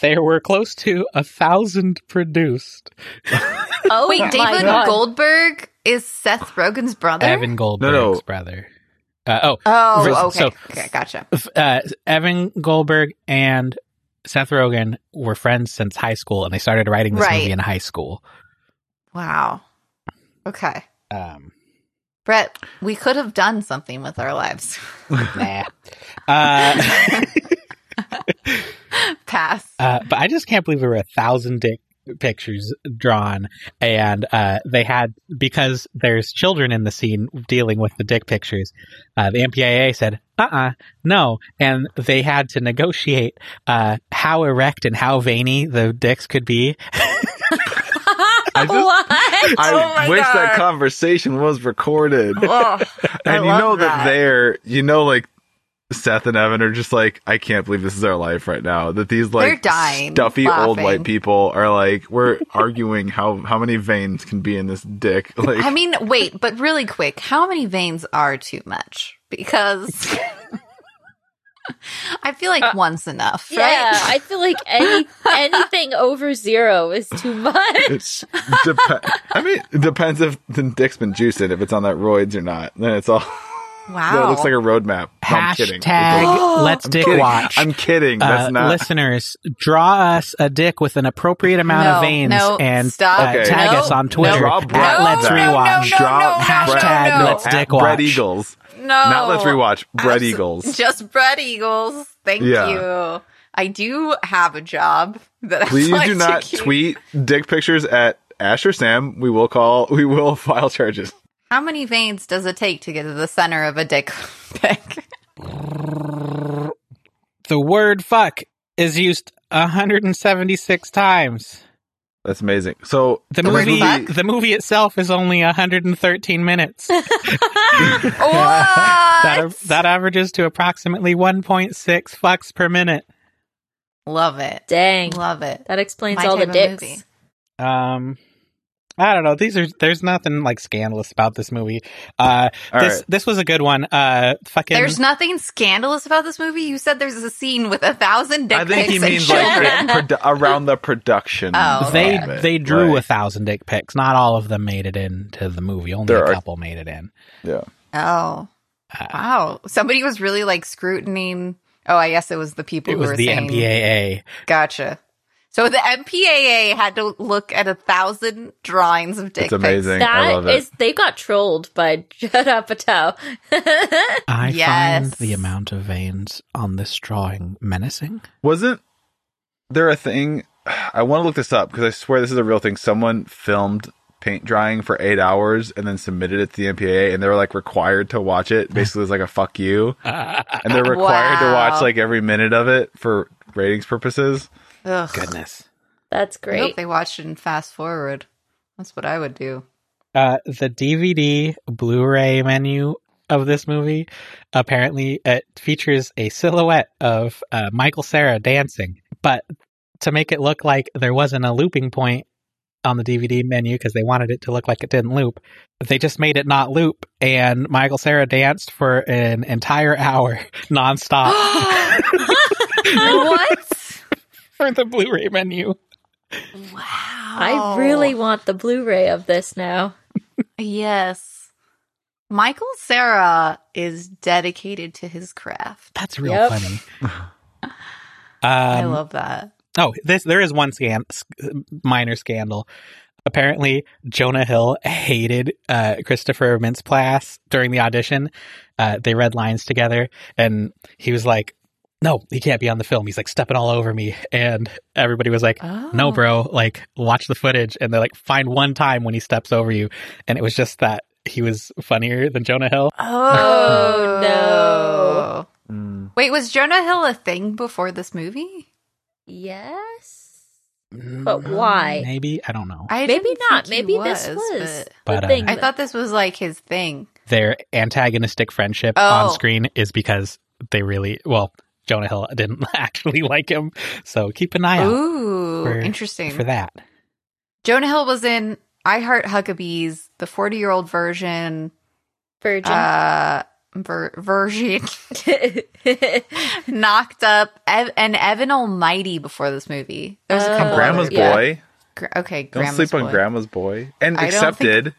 C: there were close to a thousand produced.
A: Oh,
D: Wait,
A: my
D: David
A: God.
D: Goldberg is Seth Rogen's brother.
C: Evan Goldberg's
B: No, no.
C: brother. Uh, oh,
D: Oh, okay.
C: So-
D: okay, gotcha.
C: f- uh, Evan Goldberg and Seth Rogen were friends since high school, and they started writing this
D: Right.
C: movie in high school.
D: Wow. Okay.
C: Um,
D: Brett, we could have done something with our lives.
C: nah. uh,
D: Pass.
C: uh, but I just can't believe there were a thousand dick pictures drawn, and uh, they had because there's children in the scene dealing with the dick pictures. Uh, the MPAA said, "Uh-uh, no," and they had to negotiate uh, how erect and how veiny the dicks could be.
B: I just-
A: what?
B: I
D: Oh my
B: wish
D: God.
B: that conversation was recorded.
D: Oh, I
B: and you
D: love
B: know that,
D: that.
B: they're you know like Seth and Evan are just like I can't believe this is our life right now. That these like
D: They're dying,
B: stuffy old
D: laughing.
B: white people are like we're arguing how how many veins can be in this dick. Like
D: I mean, wait, but really quick, how many veins are too much? Because I feel like one's enough, right?
A: Yeah, I feel like any anything over zero is too much.
B: it's dep- I mean it depends if the dick's been juicing if it's on that roids or not. Then it's all
D: Wow.
B: it looks like a roadmap. No, I'm kidding. It's like-
C: Hashtag Let's
B: I'm
C: Dick
B: kidding.
C: Watch.
B: I'm kidding.
C: Uh,
B: That's not
C: listeners, draw us a dick with an appropriate amount of
D: No,
C: veins
D: no,
C: and
D: stop.
C: uh,
B: Okay.
C: tag
D: No,
C: us on
D: no,
C: Twitter
B: Draw
C: at
B: Brett
C: Let's
B: that.
C: Rewatch.
D: No,
B: Draw
D: no, no,
C: hashtag
D: no, no.
C: Let's Dick
B: at Brett
C: Watch.
B: Eagles.
D: no.
B: Not let's rewatch. Brett
D: Abs-
B: Eagles.
D: Oh, Just Bread Eagles. Thank
B: Yeah.
D: you. I do have a job that I
B: Please
D: like
B: do
D: to
B: not
D: keep.
B: tweet dick pictures at Ash or Sam. We will call. We will file charges.
D: How many veins does it take to get to the center of a dick pic?
C: The word fuck is used 176 times.
B: That's amazing. So
C: The
B: this
C: movie,
D: movie-
C: the movie itself is only 113 minutes. That,
D: What?
C: that averages to approximately 1.6 fucks per minute.
D: Love it.
A: Dang,
D: Love it.
A: that explains
D: My
A: all the
D: type of
A: dicks.
D: movie.
C: Um, I don't know. These are there's nothing like scandalous about this movie. Uh,
B: All
C: this
B: right.
C: this was a good one. Uh, fucking
D: There's nothing scandalous about this movie. You said there's a scene with a thousand dick
B: I think he
D: pics and
B: means like
D: children.
B: the produ- around the production.
D: Oh,
C: they
D: okay.
C: they drew
B: with
C: a thousand dick pics. Not all of them made it into the movie. Only
B: There
C: a
B: are-
C: couple made it in.
B: Yeah.
D: oh, wow! Somebody was really like scrutining. Oh, I guess it was the people
C: It
D: who
C: was
D: were
C: the
D: saying.
C: MPAA.
D: Gotcha. So the MPAA had to look at a thousand drawings of dick
B: It's amazing.
A: That
B: I love it.
A: is, they got trolled by Judd Apatow.
C: I
D: Yes.
C: find the amount of veins on this drawing menacing.
B: Wasn't there a thing? I want to look this up because I swear this is a real thing. Someone filmed paint drying for eight hours and then submitted it to the MPAA, and they were like required to watch it. Basically, it's like a fuck you, and they're required to
D: Uh, Wow.
B: watch like every minute of it for ratings purposes.
D: pics. Ugh.
C: Goodness.
A: That's
D: I
A: great.
D: hope they watched it in fast forward. That's what I would do.
C: Uh, the DVD Blu-ray menu of this movie apparently it features a silhouette of uh, Michael Sarah dancing, but to make it look like there wasn't a looping point on the DVD menu because they wanted it to look like it didn't loop, they just made it not loop, and Michael Sarah danced for an entire hour nonstop
B: Uh,
D: what?
C: for the Blu-ray menu.
A: I really want the Blu-ray of this now.
D: Yes. Michael Sarah is dedicated to his craft.
C: That's real
A: Yep.
C: funny.
D: I
C: Um,
D: love that.
C: Oh, this there is one scan, sc- minor scandal. Apparently, Jonah Hill hated uh, Christopher Mintz-Plasse during the audition. Uh, they read lines together, and he was like, "No, he can't be on the film. He's like stepping all over me." And everybody was like,
A: Oh.
C: "No, bro. Like, watch the footage." And they're like, "Find one time when he steps over you." And it was just that he was funnier than Jonah Hill.
A: Oh, no.
D: no. Wait, was Jonah Hill a thing before this movie?
A: Yes. But why?
C: Maybe I don't know.
D: I
A: Maybe
D: didn't think
A: not.
D: he
A: Maybe this was
D: but
A: the
C: But, uh,
A: thing.
D: I thought this was like his thing.
C: their antagonistic friendship
D: Oh.
C: on screen is because they really well jonah hill didn't actually like him so keep an eye out
D: Ooh,
C: for-
D: interesting.
C: for that
D: Jonah Hill was in I Heart Huckabees, the 40 year old version,
A: Virgin.
D: uh, ver- version, knocked up, Ev- and Evan Almighty before this movie. There's a
A: Oh,
D: couple
B: Grandma's
D: others, yeah.
B: boy.
D: Gra- okay,
B: Don't
D: Grandma's
B: sleep
D: Boy.
B: on Grandma's boy. And
D: I don't
B: accepted.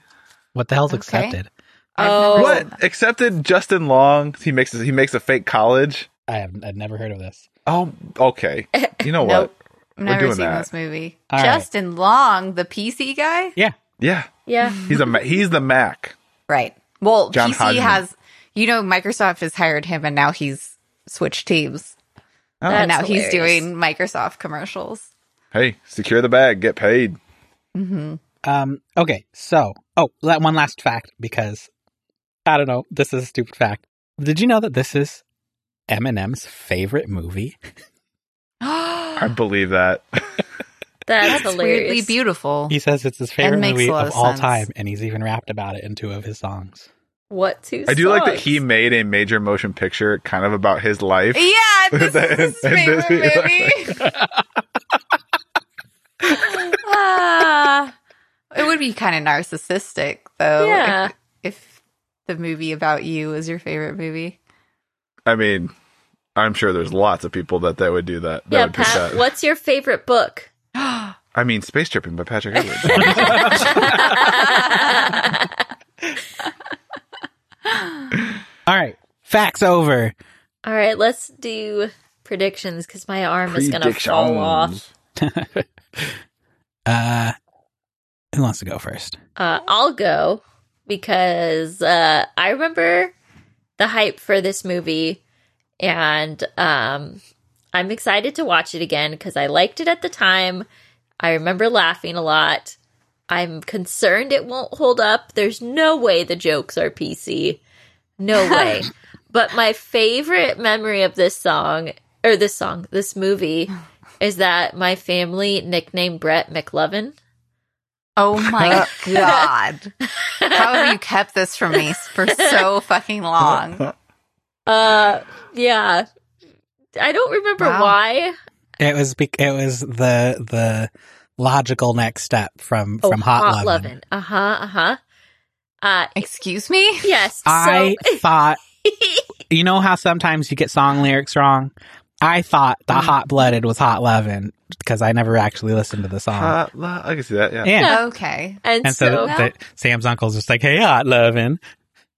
C: what the hell's
D: Okay.
C: accepted
D: I've
A: Oh.
D: never seen
B: What?
D: that.
B: Accepted Justin Long. He makes he makes a fake college.
C: i have i've never heard of this
B: Oh, okay. You know what?
D: Nope. I've never
B: doing
D: seen
B: that.
D: this movie.
C: All right.
D: Justin Long, the PC guy?
C: yeah
B: Yeah,
A: yeah.
B: he's a ma- he's the Mac.
D: Right. Well,
B: John
D: PC
B: Hodgman.
D: has, you know, Microsoft has hired him and now he's switched teams.
B: Oh.
D: and now
A: That's
D: he's
A: hilarious.
D: doing Microsoft commercials.
B: Hey, secure the bag, get paid. Mm-hmm.
C: um okay so oh that one last fact because i don't know this is a stupid fact did you know that this is eminem's favorite movie
B: I believe that.
A: That's,
D: That's
A: hilarious.
D: weirdly beautiful.
C: he says it's his favorite
D: makes
C: movie
D: a lot
C: of
D: of
C: all
D: sense.
C: time and he's even rapped about it in two of his songs
A: What two?
B: I do like that
A: songs?
B: he made a major motion picture kind of about his life.
D: Yeah, this
B: That-
D: is his
B: and this
D: favorite
B: is-
D: movie. Ah, it would be kind of narcissistic, though.
A: Yeah.
D: If, if the movie about you is your favorite movie,
B: I mean, I'm sure there's lots of people that that would do that. that
A: Yeah,
B: would pick
A: Pat.
B: that.
A: What's your favorite book?
B: I mean, Space Tripping by Patrick Edwards.
C: all right facts over
A: All right, let's do predictions because my arm is going to fall off.
C: uh who wants to go first
A: Uh, I'll go because uh, I remember the hype for this movie, and um, I'm excited to watch it again because I liked it at the time. I remember laughing a lot. I'm concerned it won't hold up. There's no way the jokes are PC. No way. but my favorite memory of this song, or this song, this movie, is that my family nicknamed Brett McLovin.
D: oh
A: Uh,
D: my god, how have you kept this from me for so fucking long?
A: Uh, yeah. I don't remember
D: Wow.
A: why.
C: It was be- it was the the logical next step from
A: Oh,
C: from hot, lovin'.
A: Uh huh. Uh huh. Uh
D: Excuse me.
A: yes.
C: I
A: so
C: thought you know how sometimes you get song lyrics wrong. I thought
A: Mm.
C: the hot blooded was hot lovin' because I never actually listened to the song.
B: Uh, la- I can see that. Yeah.
C: yeah.
D: Okay.
A: and,
C: And
A: so,
C: so the, Sam's uncle's just like, "Hey, hot lovin'."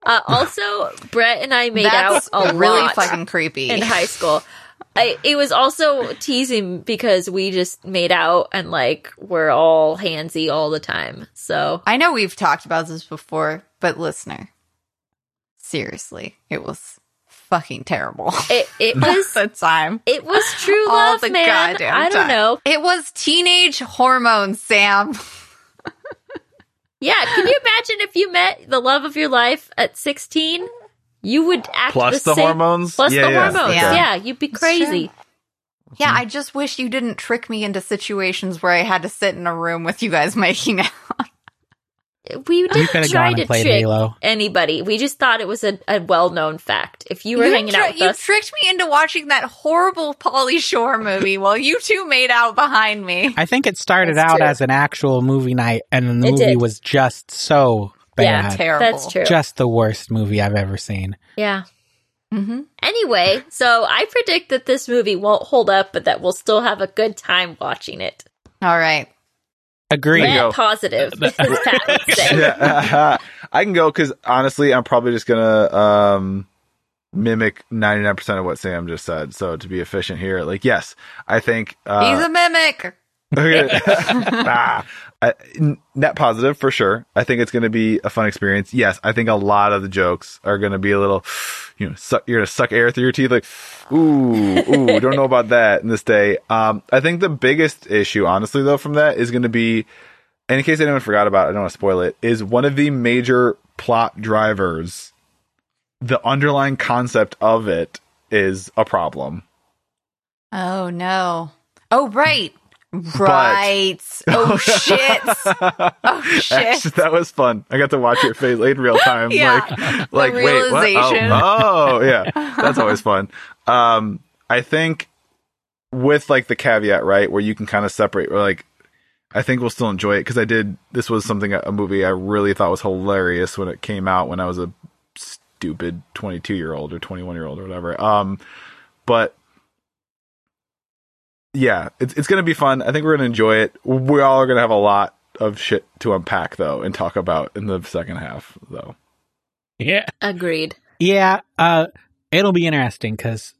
A: uh, also Brett and I made
D: That's
A: out a
D: really
A: lot
D: fucking creepy.
A: in high school. I, it was also teasing because we just made out and like we're all handsy all the time. So
D: I know we've talked about this before, but listener, seriously, it was fucking terrible.
A: it it was
D: the time.
A: it was true
D: All
A: love,
D: the
A: man.
D: goddamn
A: I don't
D: time.
A: know.
D: It was teenage hormones, Sam.
A: Yeah, can you imagine if you met the love of your life at 16? You would act
B: Plus
A: the,
B: the
A: same-
B: hormones?
A: Plus
B: Yeah,
A: the
B: yeah,
A: hormones.
D: okay.
A: Yeah, you'd be crazy.
D: Yeah, I just wish you didn't trick me into situations where I had to sit in a room with you guys making out.
A: We
C: You
A: didn't
C: could have
A: try
C: gone
A: to
C: and played
A: trick
C: Halo.
A: anybody. We just thought it was a, a well-known fact. If you were hanging
D: tri-
A: out with
D: you
A: us,
D: tricked me into watching that horrible Polly Shore movie while you two made out behind me.
C: I think it started
A: That's
C: out
A: true.
C: as an actual movie night, and then the
A: It
C: movie
A: did.
C: was just so
A: Yeah,
C: bad.
D: Terrible.
A: that's true.
C: just the worst movie I've ever seen.
A: yeah.
D: Mm-hmm.
A: Anyway, so I predict that this movie won't hold up, but that we'll still have a good time watching it.
D: All right.
C: Agree.
B: There you
A: Net
B: go.
A: positive, as Pat would say.
B: yeah, I can go because honestly, I'm probably just gonna um, mimic 99% of what Sam just said. So to be efficient here, like yes, I think
D: He's
B: uh,
D: a mimic.
B: ah, I- n- net positive for sure. I think it's gonna be a fun experience. Yes, I think a lot of the jokes are gonna be a little, you know, suck, you're gonna suck air through your teeth, like ooh, ooh, don't know about that in this day. Um, I think the biggest issue, honestly, though, from that is gonna be and in case anyone forgot about it, I don't want to spoil it, is one of the major plot drivers. The underlying concept of it is a problem.
D: Oh no. Oh right. Right. Oh shit. oh shit.
B: Actually, that was fun. I got to watch your face in real time.
D: Yeah.
B: Like, like wait, what?
D: realization.
B: Oh, oh, yeah.
D: Hmm.
B: That's always fun. Um, I think with like the caveat, right, where you can kind of separate, or like, I think we'll still enjoy it because I did. This was something a movie I really thought was hilarious when it came out when I was a stupid twenty-two year old or twenty-one year old or whatever. Um, but yeah, it's it's gonna be fun. I think we're gonna enjoy it. We all are gonna have a lot of shit to unpack though and talk about in the second half though.
C: Yeah.
A: Agreed.
C: Yeah, uh, it'll be interesting because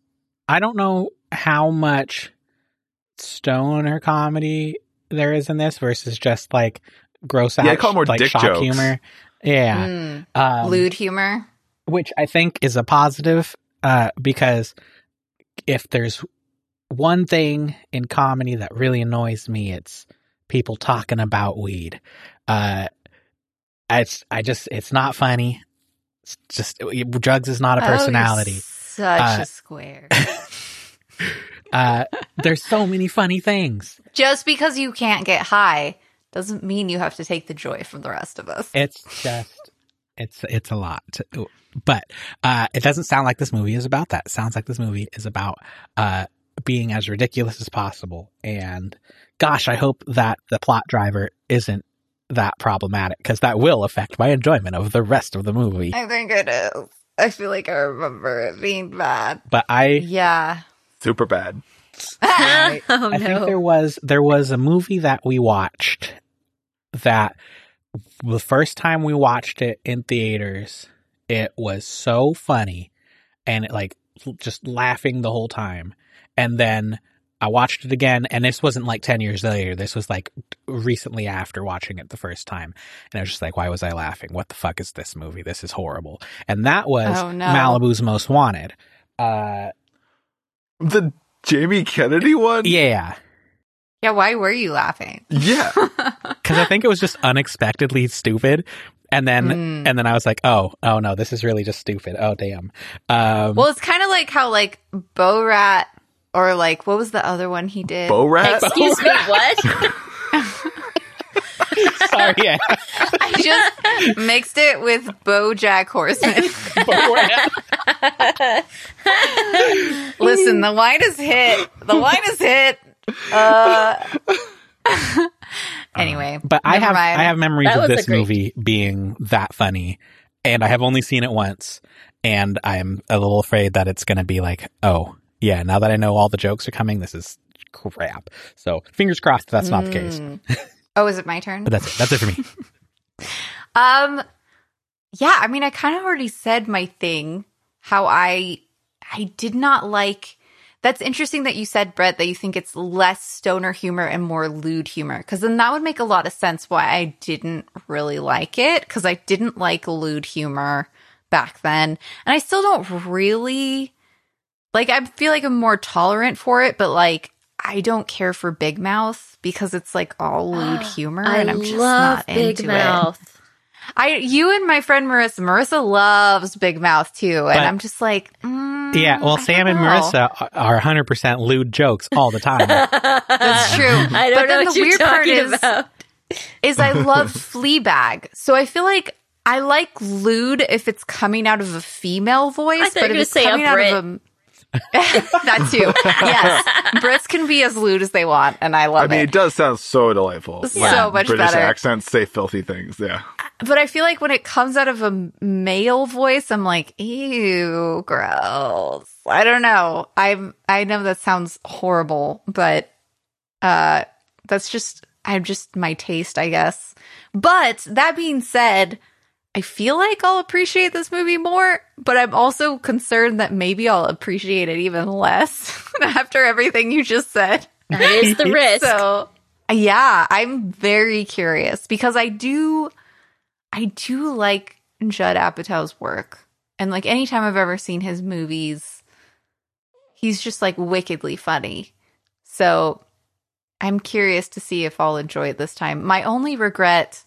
C: I don't know how much stoner comedy there is in this versus just like gross out,
B: Yeah, I call it more
C: like
B: dick
C: shock
B: jokes.
C: humor. Yeah,
D: Mm.
C: um,
D: Lewd humor.
C: which I think is a positive uh, because if there's one thing in comedy that really annoys me, it's people talking about weed. Uh, it's I just it's not funny. It's just drugs is not a
D: Oh, you're
C: personality.
D: such
C: Uh,
D: a square.
C: Uh, there's so many funny things.
D: Just because you can't get high doesn't mean you have to take the joy from the rest of us.
C: It's just, it's it's a lot. to- but uh, it doesn't sound like this movie is about that. It sounds like this movie is about uh, being as ridiculous as possible. And gosh, I hope that the plot driver isn't that problematic because that will affect my enjoyment of the rest of the movie.
D: I think it is. I feel like I remember it being bad.
C: But I
D: Yeah.
B: Super bad.
C: I-
A: oh
C: I think there
A: no.
C: was there was a movie that we watched that the first time we watched it in theaters, it was so funny and it, like just laughing the whole time. And then I watched it again, and this wasn't like ten years later. This was like recently after watching it the first time, and I was just like, "Why was I laughing? What the fuck is this movie? This is horrible." And that was
D: Oh, no.
C: Malibu's Most Wanted. Uh,
B: The Jamie Kennedy one?
C: yeah.
D: Yeah, why were you laughing?
B: Yeah.
C: because I think it was just unexpectedly stupid, and then
D: Mm.
C: and then I was like, oh, oh no, this is really just stupid. Oh damn. Um,
D: Well, it's kind of like how like Bo Rat or like what was the other one he did?
B: Bo Rat?
A: Excuse me, what?
C: sorry, yeah.
D: I just mixed it with BoJack Horseman. Listen, the wine is hit. The wine is hit. Uh. anyway,
C: but I
D: never
C: have
D: mind.
C: I have memories
A: That
C: of
A: was a
C: this
A: great-
C: movie being that funny, and I have only seen it once, and I'm a little afraid that it's going to be like, oh yeah, now that I know all the jokes are coming, this is crap. So fingers crossed that's not the case.
D: Mm. Oh, is it my turn?
C: But that's it. That's it for me.
D: Um yeah, I mean I kind of already said my thing how I I did not like That's interesting that you said Brett that you think it's less stoner humor and more lewd humor cuz then that would make a lot of sense why I didn't really like it cuz I didn't like lewd humor back then and I still don't really like I feel like I'm more tolerant for it but like I don't care for Big Mouth because it's like all lewd humor
A: I
D: and I'm just
A: love
D: not
A: Big
D: into it.
A: Mouth.
D: I, you and my friend Marissa. Marissa loves Big Mouth too, and
C: But-
D: I'm just like, mm,
C: Yeah, well,
D: I
C: Sam
D: don't
C: and
D: know.
C: Marissa are- are 100% lewd jokes all the time.
D: That's true.
A: I don't
D: but
A: know
D: then
A: what
D: the
A: you're
D: weird part
A: talking
D: is,
A: about.
D: is I love Fleabag, so I feel like I like lewd if it's coming out of a female voice,
A: I thought you were
D: but if
A: gonna
D: it's
A: say a
D: coming out of a that too, yes, Brits can be as lewd as they want, and I love
B: I mean,
D: it.
B: it does sound so delightful.
D: So much
B: British
D: better.
B: accents say filthy things. Yeah.
D: But I feel like when it comes out of a male voice, I'm like, ew, gross. I don't know. I'm I know that sounds horrible, but uh that's just I'm just my taste, I guess. But that being said, I feel like I'll appreciate this movie more, but I'm also concerned that maybe I'll appreciate it even less after everything you just said.
A: That is the risk.
D: So, yeah, I'm very curious because I do I do like Judd Apatow's work. And like anytime I've ever seen his movies, he's just like wickedly funny. So I'm curious to see if I'll enjoy it this time. My only regret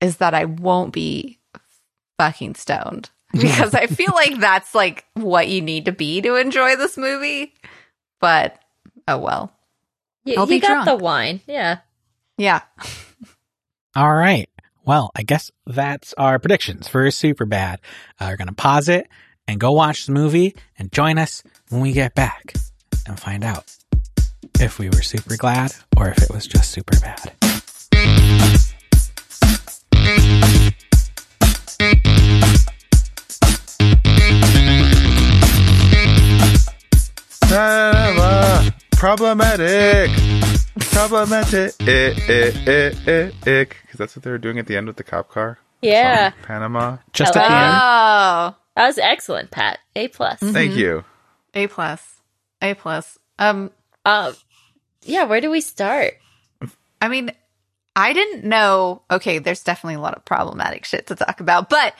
D: is that I won't be fucking stoned because I feel like that's like what you need to be to enjoy this movie. But oh well.
A: You,
D: I'll
A: you
D: be
A: got
D: drunk.
A: the wine. Yeah.
D: Yeah.
C: All right. Well, I guess that's our predictions for Superbad. Uh, we're going to pause it and go watch the movie and join us when we get back and find out if we were super glad or if it was just super bad.
B: Sarah, problematic. Problematic. eh, Because eh. that's what they were doing at the end with the cop car.
A: Yeah.
B: From Panama.
D: Mm-hmm.
C: Just
A: Hello?
C: at
D: Oh.
A: That was excellent, Pat. A plus.
D: Mm-hmm.
B: Thank you.
D: A plus. A plus. Um
A: Um yeah, where do we start?
D: I mean, I didn't know. Okay, there's definitely a lot of problematic shit to talk about, but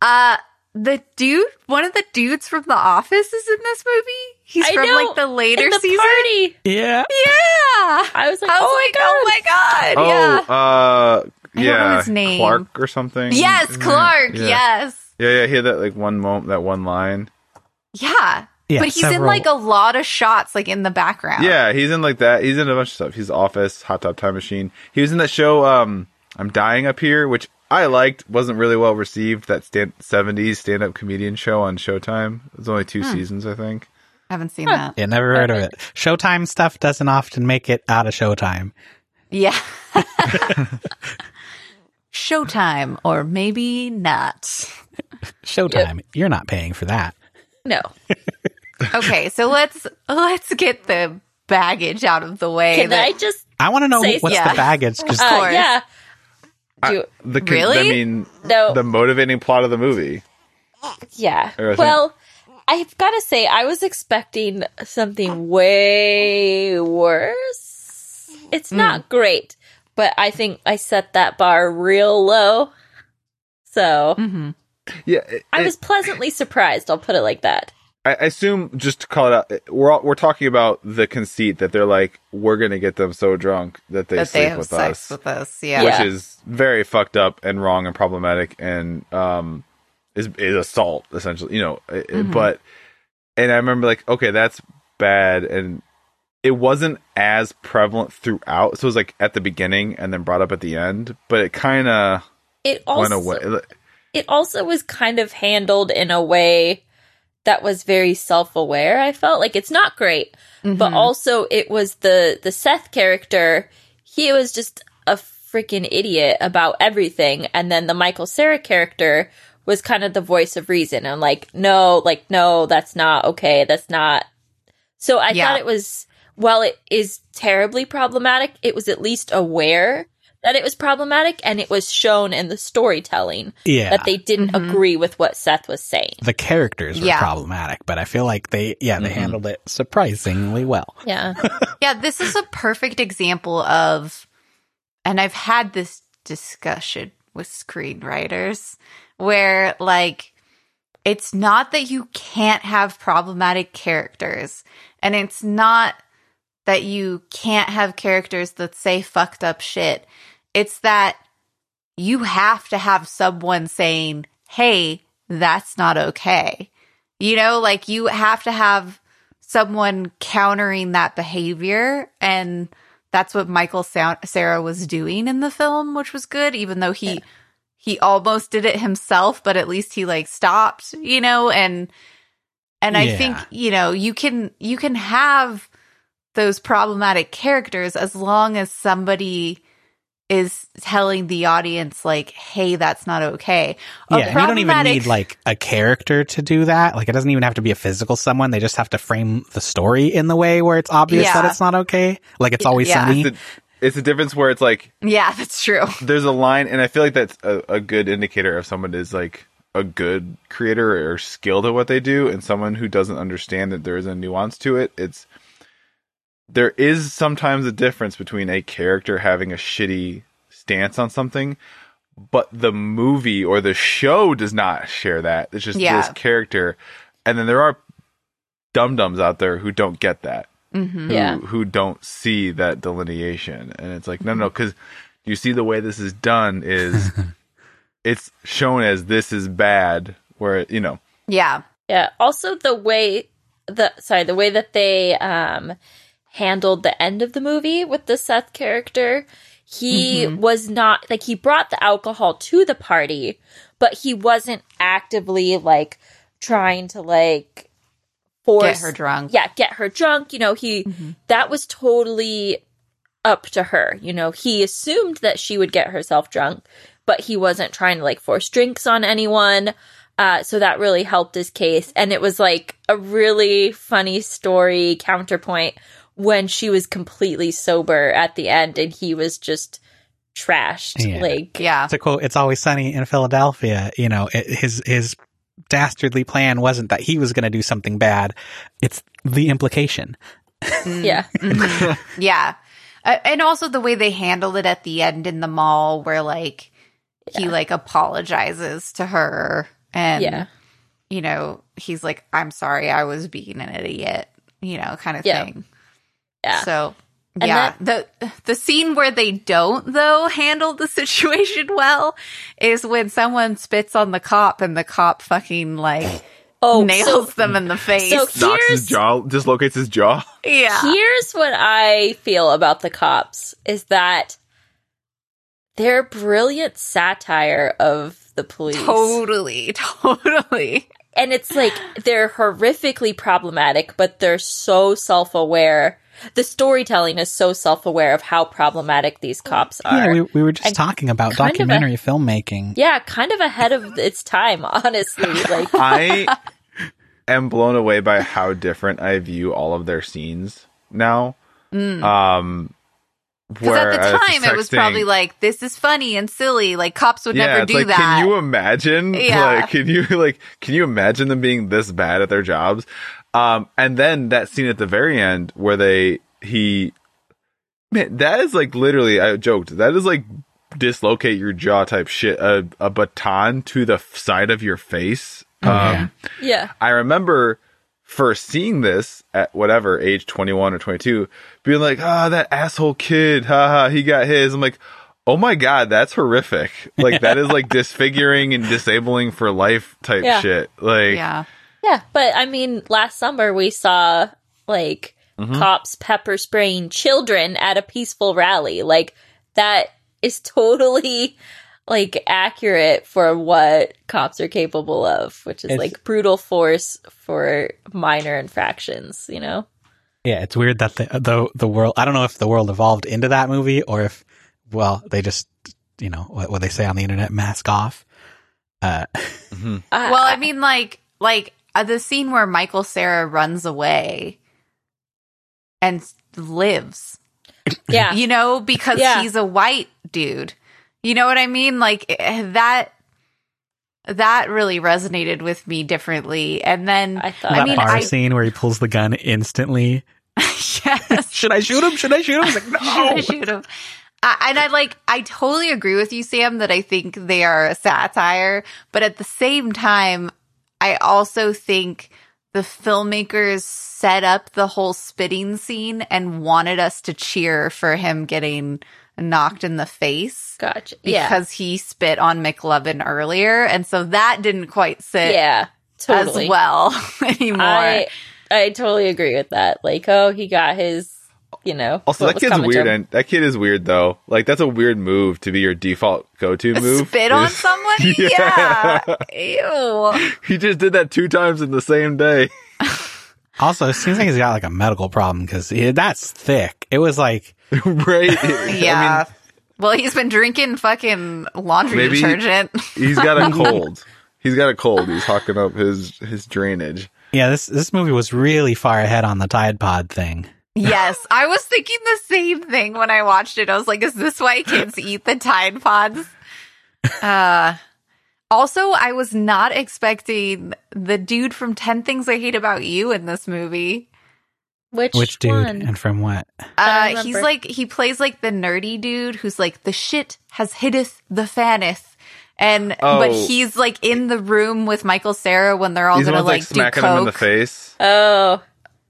D: uh the dude, one of the dudes from The Office is in this movie. He's
A: I
D: from
A: know,
D: like the later
A: At the
D: season.
A: party.
C: the end. Yeah.
D: Yeah.
A: I was like,
D: I was
A: oh my god.
D: like, oh my god.
B: Oh,
D: yeah.
B: uh,
D: know
B: yeah.
D: his name.
B: Clark or something.
D: Yes,
B: Isn't it?
D: Clark.
B: Yeah.
D: Yes.
B: Yeah, yeah. He had that like one moment, that one line.
D: Yeah.
C: Yeah,
D: But he's in
C: several-
D: like a lot of shots, like in the background.
B: Yeah, he's in like that. He's in a bunch of stuff. He's Office, Hot Top Time Machine. He was in that show, um, I'm Dying Up Here, which I liked. wasn't really well received. That stand seventies stand up comedian show on Showtime. It was only two
D: Hmm.
B: seasons, I think.
D: I haven't seen that.
C: Yeah, never heard of it. Showtime stuff doesn't often make it out of Showtime.
D: Yeah. Showtime, or maybe not.
C: Showtime, you're not paying for that.
A: No.
D: Okay, so let's let's get the baggage out of the way.
A: Can
D: that-
A: I just
C: I want to know
A: Say-
C: what's
D: yeah.
C: the baggage because
D: Uh,
A: uh,
D: course. Uh,
A: yeah. Do,
B: The con-
D: Really?
B: I mean,
A: No.
B: the motivating plot of the movie.
A: yeah.
B: Or I think-
A: Well, I've got to say I was expecting something way worse. It's
B: Hmm.
A: not great, but I think I set that bar real low. So,
B: Yeah, it-
A: I
B: Hmm. it-
A: was pleasantly surprised, I'll put it like that.
B: I I assume just to call it out, we're all, we're talking about the conceit that they're like we're gonna get them so drunk that they
D: that
B: sleep
D: they have
B: with
D: sex
B: us,
D: with us. Yeah.
A: Yeah.
B: which is very fucked up and wrong and problematic and um is is assault essentially, you know. i- i-
A: Mm-hmm.
B: But and I remember like okay, that's bad, and it wasn't as prevalent throughout. So it was like at the beginning and then brought up at the end, but it kind of
A: It
B: went
A: also
B: away.
A: it also was kind of handled in a way that was very self-aware i felt like it's not great but also it was the the seth character he was just a freaking idiot about everything and then the michael sarah character was kind of the voice of reason i'm like no like no that's not okay that's not so i
D: Yeah.
A: thought it was while it is terribly problematic it was at least aware that it was problematic and it was shown in the storytelling
C: yeah,
A: that they didn't
D: Mm-hmm.
A: agree with what Seth was saying.
C: the characters were
D: Yeah.
C: problematic, but I feel like they yeah they handled it surprisingly well.
A: Yeah.
D: Yeah, this is a perfect example of, and I've had this discussion with screenwriters where, like, it's not that you can't have problematic characters, and it's not that you can't have characters that say fucked up shit. It's that you have to have someone saying, hey, that's not okay. You know, like, you have to have someone countering that behavior and that's what Michael Sa- Sarah was doing in the film which was good even though he he almost did it himself but at least he like stopped you know and and I
C: Yeah.
D: think you know you can you can have those problematic characters as long as somebody is telling the audience like hey that's not okay A
C: yeah, and you don't even
D: problematic-
C: need like a character to do that. Like it doesn't even have to be a physical someone. They just have to frame the story in the way where it's obvious that
D: Yeah.
C: it's not okay. Like it's always
D: Yeah.
C: sunny.
B: It's the- It's a difference where it's like
D: Yeah, that's true.
B: there's a line, and I feel like that's a, a good indicator if someone is like a good creator or skilled at what they do, and someone who doesn't understand that there is a nuance to it. It's there is sometimes a difference between a character having a shitty stance on something, but the movie or the show does not share that. It's just
D: Yeah.
B: this character, and then there are dum dums out there who don't get that
D: hmm
B: who,
A: Yeah.
B: who don't see that delineation. And it's like, no, no, because you see the way this is done is it's shown as this is bad, where, you know,
D: Yeah.
A: Yeah. Also, the way the sorry, the way that they um handled the end of the movie with the Seth character, he
D: Mm-hmm.
A: was not like he brought the alcohol to the party, but he wasn't actively like trying to like
D: Get
A: force
D: her drunk.
A: yeah, get her drunk. You know, he
D: Mm-hmm.
A: that was totally up to her. You know, he assumed that she would get herself drunk, but he wasn't trying to like force drinks on anyone. Uh, so that really helped his case. And it was like a really funny story counterpoint when she was completely sober at the end and he was just trashed.
C: Yeah.
A: Like,
D: Yeah.
C: to quote it's always sunny in philadelphia you know it, his his dastardly plan wasn't that he was going to do something bad it's the implication
D: Mm.
A: yeah.
D: Mhm. yeah. Uh, and also the way they handled it at the end in the mall where like he like apologizes to her and
A: Yeah.
D: you know, he's like I'm sorry I was being an idiot, you know, kind of
A: Yeah.
D: thing.
A: Yeah.
D: So
A: And
D: yeah, the the scene where they don't though handle the situation well is when someone spits on the cop and the cop fucking like
A: Oh,
D: nails
A: so
D: them in the face.
A: so
B: knocks his
A: Here's-
B: jaw, dislocates his jaw.
D: yeah.
A: Here's what I feel about the cops is that they're brilliant satire of the police.
D: Totally, totally.
A: And it's like they're horrifically problematic, but they're so self aware. The storytelling is so self aware of how problematic these cops are.
C: yeah we, we were just
A: And
C: talking about
A: kind of a-
C: documentary filmmaking
A: Yeah, kind of ahead of its time, honestly. Like,
B: I am blown away by how different I view all of their scenes now. Um,
D: Mm. Because at
B: where uh, I
D: the time, it was
B: texting-
D: probably like, "This is funny and silly." Like cops would never
B: it's
D: do
B: like,
D: that.
B: Can you imagine?
D: Yeah.
B: Like, can you like can you imagine them being this bad at their jobs? Um, and then that scene at the very end where they he man, that is like literally I joked that is like dislocate your jaw type shit a, a baton to the f- side of your face.
D: Oh,
B: um,
A: yeah.
B: I remember first seeing this at whatever age 21 or 22, being like, ah, that asshole kid, haha, he got his. I'm like, oh my God, that's horrific. Like, that is like disfiguring and disabling for life type
A: Yeah.
B: shit. Like,
D: yeah,
A: Yeah, but I mean, last summer we saw like
B: Mm-hmm.
A: cops pepper spraying children at a peaceful rally. Like that is totally like accurate for what cops are capable of, which is
C: It's-
A: like brutal force for minor infractions, you know?
C: yeah it's weird that the, the the world i don't know if the world evolved into that movie or if well they just you know what, what they say on the internet mask off
A: Uh,
D: Well, Uh, I mean, like, like uh, the scene where Michael Sarah runs away and s- lives.
A: yeah.
D: You know, because
A: Yeah.
D: he's a white dude. You know what I mean? Like eh, that. That really resonated with me differently. And then
A: I thought
D: I
C: that
D: mean,
C: bar
D: I-
C: scene where he pulls the gun instantly
D: yes.
C: should i shoot him should i shoot him It's like, no.
D: should I shoot him? I, and I like, I totally agree with you, Sam, that I think they are a satire. But at the same time, I also think the filmmakers set up the whole spitting scene and wanted us to cheer for him getting knocked in the face
A: gotcha. Yeah.
D: because he spit on McLovin earlier. And so that didn't quite sit
A: Yeah. Totally.
D: as well anymore.
A: I, I totally agree with that. Like, oh, he got his, you know.
B: Also,
A: what
B: that
A: was
B: kid's
A: coming to
B: weird.
A: him.
B: And that kid is weird, though. Like, that's a weird move to be your default go to move.
D: Spit on
B: is-
D: someone?
B: Yeah.
D: yeah. Ew.
B: He just did that two times in the same day.
C: Also, it seems like he's got like a medical problem because that's thick. It was like,
B: right?
D: Yeah. well, he's been drinking fucking laundry
B: Maybe-
D: detergent.
B: He's got a cold. He's got a cold. He's hawking up his his drainage.
C: yeah, this this movie was really far ahead on the Tide Pod thing.
D: Yes, I was thinking the same thing when I watched it. I was like, is this why kids eat the Tide Pods? Uh, also, I was not expecting the dude from 10 Things I Hate About You in this movie.
A: Which,
C: Which dude
A: one?
C: and from what?
A: I
D: Uh, he's
A: remember.
D: like, he plays like the nerdy dude who's like, the shit has hitteth the fanneth. And, but
B: Oh.
D: he's like in the room with Michael Sarah when they're all
B: He's the
D: gonna
B: one's,
D: like,
B: like
D: do coke.
B: smacking him in the face.
A: oh,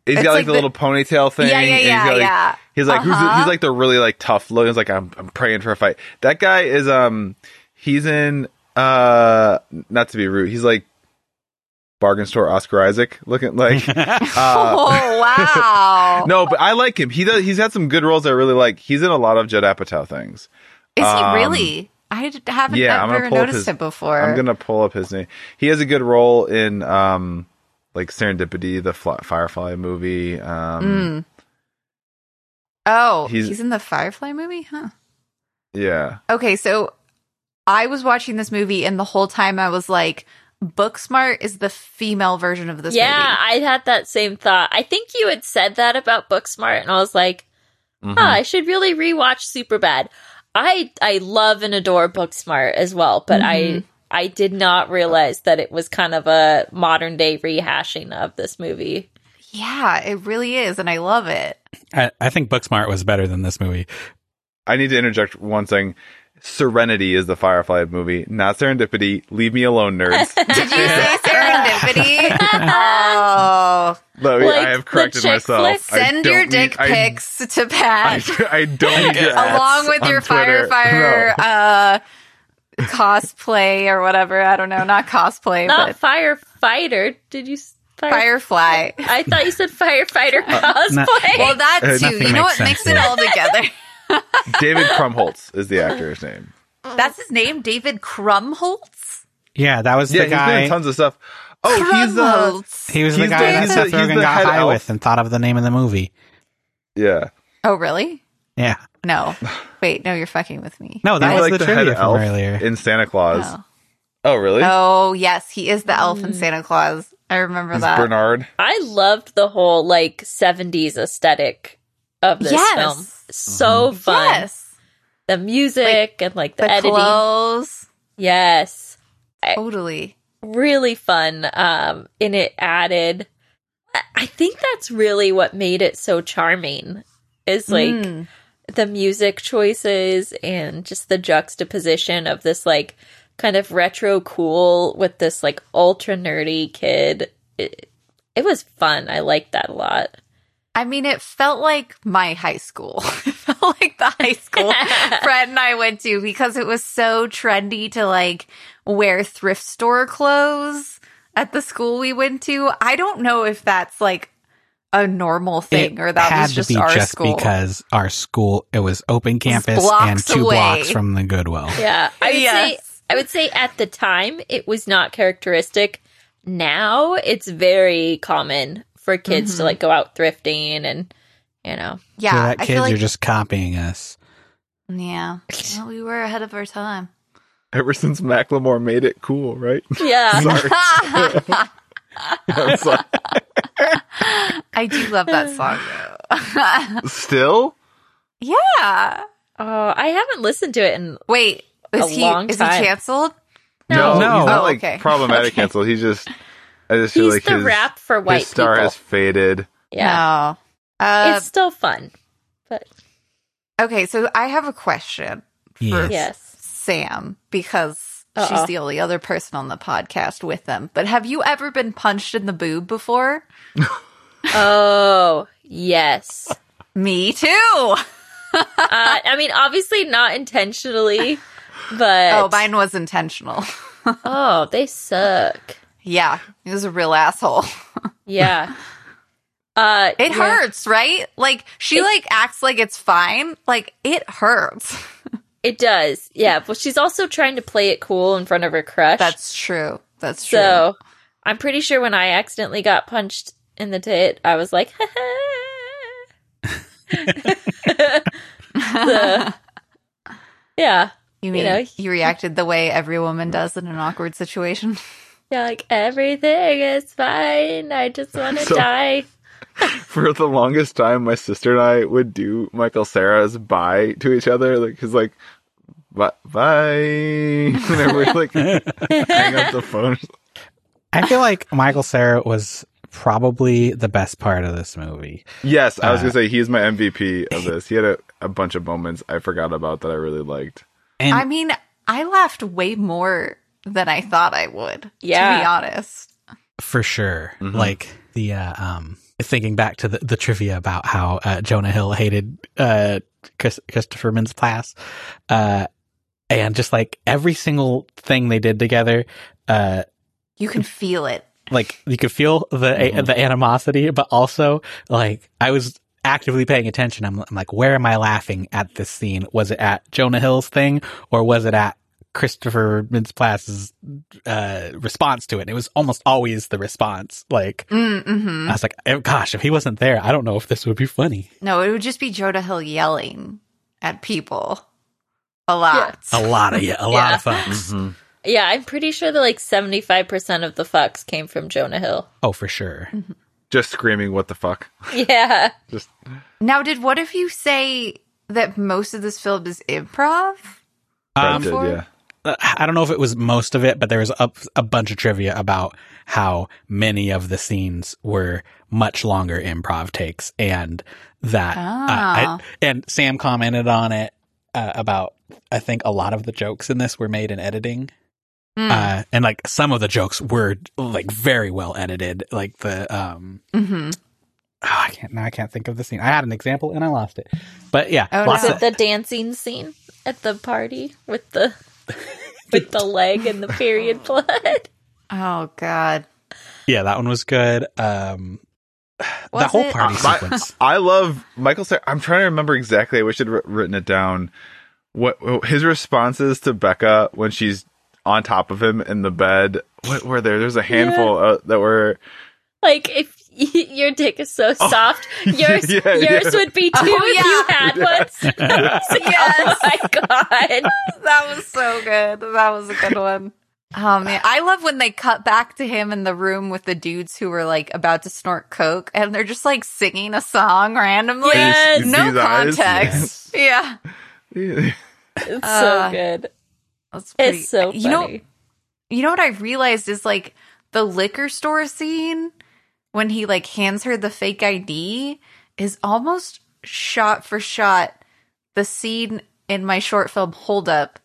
B: He's
D: It's
B: got like,
D: like
B: the,
D: the-
B: little ponytail thing.
D: Yeah, yeah,
B: and
D: yeah,
B: he's got, like,
D: yeah.
B: He's like, who's the,
D: Uh-huh.
B: he's like the really like tough look. He's like, I'm I'm praying for a fight. That guy is um, he's in uh, not to be rude, he's like bargain store Oscar Isaac looking like. uh,
D: oh wow!
B: no, but I like him. He does. He's had some good roles I really like. He's in a lot of Judd Apatow things.
D: Is he
B: um,
D: really? I d- haven't
B: yeah, I'm gonna
D: ever
B: pull up
D: noticed
B: his-
D: it before.
B: I'm gonna pull up his name. He has a good role in um, like Serendipity, the Fly- Firefly movie. Um,
D: Mm. Oh,
B: He's-
D: he's, in the Firefly movie, huh? Mm.
B: yeah.
D: Okay, so I was watching this movie, and the whole time I was like, "Booksmart is the female version of this
A: yeah. I had that same thought. I think you had said that about Booksmart, and I was like,
B: Mhm.
A: huh,
D: Mm-hmm.
A: I should really rewatch Superbad. I I love and adore Booksmart as well, but
D: Mm-hmm.
A: I I did not realize that it was kind of a modern day rehashing of this movie.
D: movie." Yeah, it really is, and I love it.
C: I, I think Booksmart was better than this movie.
B: I need to interject one thing. Serenity is the Firefly movie, not Serendipity. Leave me alone, nerds.
D: Did you say serendipity? oh,
B: Let me-
A: Like
B: I
A: the
B: have corrected
A: chick
B: myself.
A: flick.
B: I
D: send your
B: don't need-
D: dick
B: I-
D: pics to Pat.
B: I, I don't need your
D: along
B: ads
D: with
B: on
D: your
B: Twitter.
D: firefighter
B: No.
D: uh cosplay or whatever i don't know not cosplay
A: Not firefighter. Did you s-
D: but
A: fire?
D: firefly
A: I thought you said firefighter
D: Uh,
A: cosplay.
D: well that
C: Uh,
D: too
C: nothing
D: you know
C: makes
D: what makes
C: sense
D: it all together
B: David Krumholtz is the actor's name.
D: that's his name david krumholtz
C: Yeah, that was
B: Yeah,
C: the
B: he's been in
C: guy.
B: tons of stuff. Oh, he's uh,
D: krumholtz
C: He was the
B: he's
C: guy
D: the-
C: that Seth
B: he's the
C: Rogen got
B: head
C: high
B: elf.
C: with and thought of the name of the movie.
B: yeah.
D: oh really
C: Yeah,
D: no wait no you're fucking with me
C: no, that
B: He's
C: was
B: like
C: the,
B: the, head
C: trivia from
B: elf
C: earlier.
B: in Santa Claus.
D: oh.
B: Oh, really?
D: Oh, yes he is the elf
A: Mm.
D: in santa claus i remember
B: He's
D: that
B: Bernard.
A: I loved the whole like 70s aesthetic of this
D: Yes. Mm-hmm.
A: film. So fun.
D: yes
A: The music and like the,
D: the
A: editing.
D: clothes
A: Yes.
D: totally
A: Really fun. Um and it added I- I think that's really what made it so charming is like
D: Mm.
A: the music choices and just the juxtaposition of this like kind of retro cool with this like ultra nerdy kid. It, it was fun. I liked that a lot.
D: I mean, it felt like my high school. it felt like the high school friend I went to because it was so trendy to like wear thrift store clothes at the school we went to. I don't know if that's like a normal thing
C: It
D: or that
C: had
D: was just
C: to be
D: our
C: just
D: school.
C: because our school it was open campus and
D: blocks
C: two
D: away.
C: blocks from the Goodwill.
A: Yeah. I would say
D: Yes.
A: I would say at the time it was not characteristic. Now it's very common for kids
D: Mm-hmm.
A: to like go out thrifting and you know.
D: yeah,
C: so that
D: I
C: kids
D: feel like
C: are just copying us.
D: yeah, Well, we were ahead of our time.
B: Ever since Macklemore made it cool, right?
A: Yeah.
B: Sorry. I'm sorry.
D: I do love that song though.
B: Still?
D: yeah.
A: oh, I haven't listened to it in
D: Wait, is
A: A
D: he
A: long
D: is
A: time.
D: he canceled?
A: No.
B: he's
C: No.
B: not
D: Oh,
B: like
D: okay.
B: problematic cancel. He just, I just feel
A: he's
B: like
A: the
B: his,
A: rap for white
B: his star
A: people.
B: has faded.
A: yeah.
D: No. Uh,
A: it's still fun. But
D: Okay, so I have a question for
C: Yes.
A: yes.
D: Sam because
A: Uh-oh.
D: she's the only other person on the podcast with them. But have you ever been punched in the boob before?
A: Oh, yes.
D: Me too. Oh,
A: Uh, I mean, obviously not intentionally, but
D: Oh, mine was intentional.
A: oh, they suck.
D: yeah, he was a real asshole.
A: Yeah. Uh,
D: It
A: yeah.
D: hurts, right? Like she like acts like it's fine. Like it hurts.
A: It does. Yeah. Well, she's also trying to play it cool in front of her crush.
D: That's true. That's true.
A: so. I'm pretty sure when I accidentally got punched in the tit, I was like, So, yeah,
D: you mean you,
A: know.
D: reacted the way every woman does in an awkward situation?
A: yeah, like everything is fine. I just want to
B: So-
A: die.
B: for the longest time, my sister and I would do Michael Sarah's bye to each other, like because like bye bye, whenever we like hang up the phone.
C: I feel like Michael Sarah was probably the best part of this movie.
B: Yes, I was gonna say he's my MVP of this. He had a, a bunch of moments I forgot about that I really liked.
C: And
D: I mean, I laughed way more than I thought I would. To
A: Yeah.
D: be honest.
C: for sure.
B: Mhm.
C: Like the uh, um, thinking back to the, the trivia about how uh, Jonah Hill hated uh, Chris- Christopher Mintz Plasse, uh, and just like every single thing they did together, uh,
D: You can feel it.
C: like you could feel the
B: Mhm.
C: the animosity, but also like I was actively paying attention. I'm, I'm like, where am I laughing at this scene? Was it at Jonah Hill's thing, or was it at Christopher Mintz-Plasse's uh, response to it? And it was almost always the response. Like
D: Mm-hmm.
C: I was like, oh, gosh, if he wasn't there, I don't know if this would be funny.
D: No, it would just be Jonah Hill yelling at people a lot.
C: A lot of yeah, Oh. a lot of fucks.
A: Yeah, I'm pretty sure that like 75% of the fucks came from Jonah Hill.
C: Oh, for sure.
B: Just screaming, "What the fuck!"
A: Yeah.
B: Just
D: Now, did what if you say that most of this film is improv?
B: that
C: Um,
B: did,
D: for-
B: yeah.
C: uh, I don't know if it was most of it, but there was a, a bunch of trivia about how many of the scenes were much longer improv takes, and that uh, I-
D: Ah.
C: and Sam commented on it uh, about I think a lot of the jokes in this were made in editing,
D: Mm.
C: uh, and like some of the jokes were like very well edited, like the um.
D: mm-hmm.
C: Oh, I can't now. I can't think of the scene. I had an example and I lost it, but yeah,
D: Oh,
A: Was
C: lots
D: no.
B: Uh,
C: of-
A: it the dancing scene at the party with the with the leg and the period blood?
D: Oh God.
C: yeah, that one was good. Um,
D: Was
C: the whole
D: it-
C: party
B: My-
C: sequence.
B: I love Michael. Cera- I'm trying to remember exactly. I wish I'd wr- written it down. What what- his responses to Becca when she's on top of him in the bed? What were there? There's a handful uh, that were.
A: Like if y- your dick is so soft, yours
B: Oh. yeah,
A: yours
B: yeah.
A: would be too
D: Oh,
A: if you had one.
D: Yes.
A: Oh my god.
D: that was so good. That was a good one. Oh man, I love when they cut back to him in the room with the dudes who were like about to snort coke, and they're just like singing a song randomly,
A: Yes.
B: These-
D: no
B: these eyes,
D: context. Yeah,
B: yes.
A: It's
D: Uh,
A: so good.
D: that's pretty.
A: It's so funny.
D: you know you know what I realized is like the liquor store scene when he like hands her the fake ID is almost shot for shot the scene in my short film Hold Up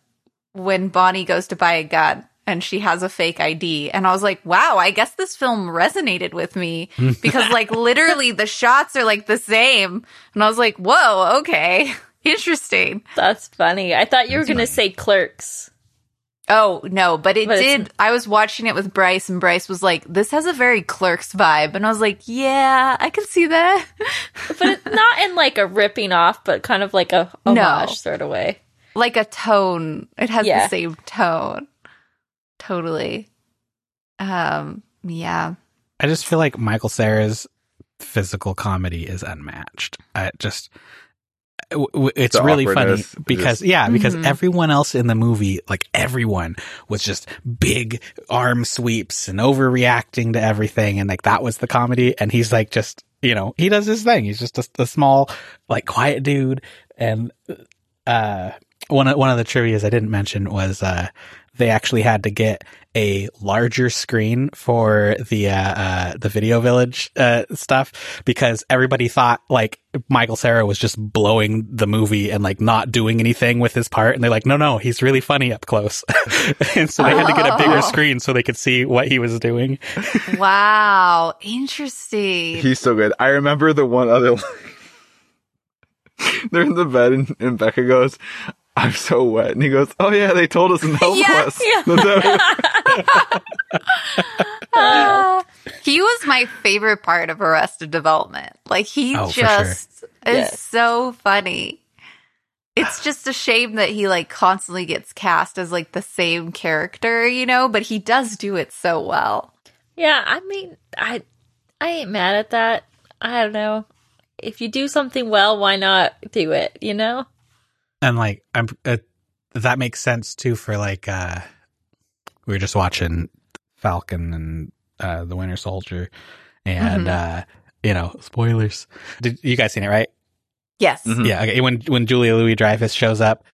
D: when Bonnie goes to buy a gun and she has a fake ID and I was like wow I guess this film resonated with me because like literally the shots are like the same and I was like whoa okay interesting
A: That's funny. I thought you were going to say clerks.
D: Oh no, but it
A: But it's-
D: did. I was watching it with Bryce, and Bryce was like, "This has a very Clerks vibe," and I was like, "Yeah, I can see that."
A: But it's not in like a ripping off, but kind of like a
D: No.
A: homage sort of way.
D: like a tone. It has
A: Yeah.
D: the same tone. Totally. Um. Yeah.
C: I just feel like Michael Sarah's physical comedy is unmatched. I just w- w- it's
B: The
C: really funny
B: awkwardness is
C: because
B: just-
C: yeah, because
D: Mhm.
C: everyone else in the movie, like everyone was just big arm sweeps and overreacting to everything and like that was the comedy and he's like just, you know, he does his thing. He's just a, a small like quiet dude and uh one of, one of the trivia's I didn't mention was uh, they actually had to get a larger screen for the uh, uh, the Video Village uh, stuff because everybody thought like Michael Sarah was just blowing the movie and like not doing anything with his part, and they're like, no, no, he's really funny up close, and so they had to get a bigger
D: Oh.
C: screen so they could see what he was doing.
D: Wow. Interesting.
B: He's so good. I remember the one other line. They're in the bed, and, and Becca goes, I'm so wet. And he goes, Oh, yeah, they told us and helped
D: Yeah,
B: us.
A: yeah.
D: Ah. he was my favorite part of Arrested Development. Like he
C: Oh, for sure.
D: just is
A: Yes.
D: so funny. It's just a shame that he like constantly gets cast as like the same character, you know, but he does do it so well.
A: Yeah, I mean, I I ain't mad at that. I don't know. If you do something well, why not do it, you know?
C: And like, I'm uh, that makes sense too for like uh we were just watching Falcon and uh the Winter Soldier and uh you know, spoilers. Did you guys seen it, right?
D: Yes.
B: Mhm.
C: Yeah. Okay. When when Julia Louis Dreyfus shows up,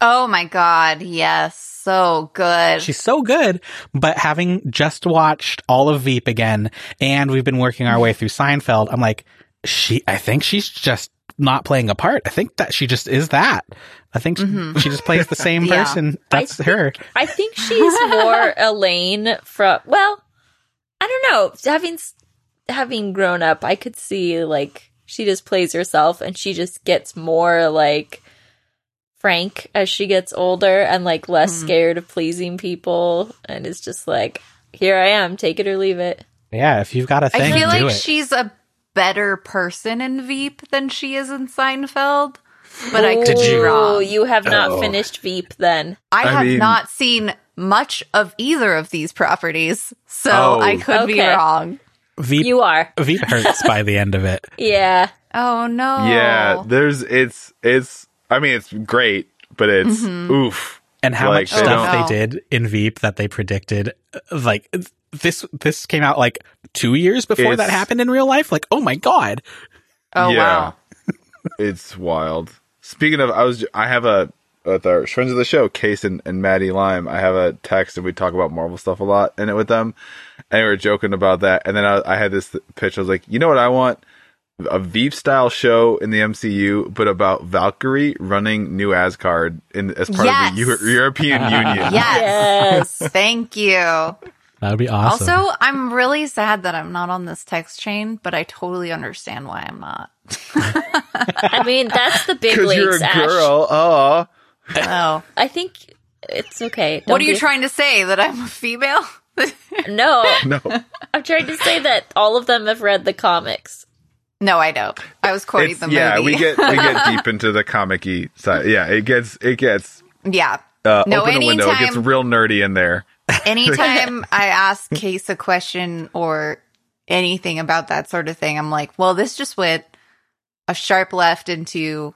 D: Oh my god, yes. So good.
C: she's so good. But having just watched all of Veep again, and we've been working our way through Seinfeld, I'm like, she. I think she's just not playing a part. I think that she just is that. I think
D: Mhm.
C: she just plays the same
D: Yeah.
C: person. That's her.
A: I think she's more Elaine from. Well, I don't know. Having s- having grown up, I could see like she just plays herself, and she just gets more like frank as she gets older, and like less
D: Mhm.
A: scared of pleasing people, and is just like, here I am, take it or leave it.
C: Yeah. If you've got a
D: I
C: thing,
D: feel
C: do
D: like
C: it.
D: she's a better person in Veep than she is in Seinfeld. But I could
C: Did
D: be
C: you-
A: Ooh,
D: wrong.
A: you have not
B: Oh.
A: finished Veep then.
D: I,
B: I
D: have
B: mean-
D: not seen much of either of these properties, so
B: Oh.
D: I could be
A: Okay.
D: wrong.
C: Veep,
A: You are.
C: Veep hurts by the end of it.
A: Yeah.
D: Oh no.
B: Yeah, there's it's it's. I mean, it's great, but it's oof.
C: and how
B: Like,
C: much
B: they
C: stuff
D: don't-
C: they did in Veep that they predicted. uh, Like th- this, this came out like two years before
B: It's-
C: that happened in real life. Like, oh my god!
D: Oh
B: Yeah.
D: wow.
B: It's wild. Speaking of, I was I have a with our friends of the show, Case and, and Maddie Lime. I have a text and we talk about Marvel stuff a lot in it with them, and we were joking about that. And then I, I had this pitch. I was like, you know what I want? A Veep style show in the MCU, but about Valkyrie running new Asgard in as part
D: Yes.
B: of the Eu- European Union.
D: Yes.
A: Yes.
D: Thank you.
C: That would be awesome.
D: Also, I'm really sad that I'm not on this text chain, but I totally understand why I'm not.
A: I mean, that's the big
B: Because
A: leagues,
B: you're a
A: Ash.
B: girl. Oh,
D: Oh.
A: I think it's okay.
D: what
A: Don't
D: are you
A: be-
D: trying to say? That I'm a female?
A: No,
B: no.
A: I'm trying to say that all of them have read the comics.
D: no, I don't. I was quoting
B: It's-
D: the movie.
B: yeah, we get we get deep into the comic-y side. Yeah, it gets it gets
D: yeah.
B: uh,
D: No,
B: open a window. It gets
D: anytime-
B: real nerdy in there.
D: Anytime I ask Case a question or anything about that sort of thing, I'm like, well, this just went a sharp left into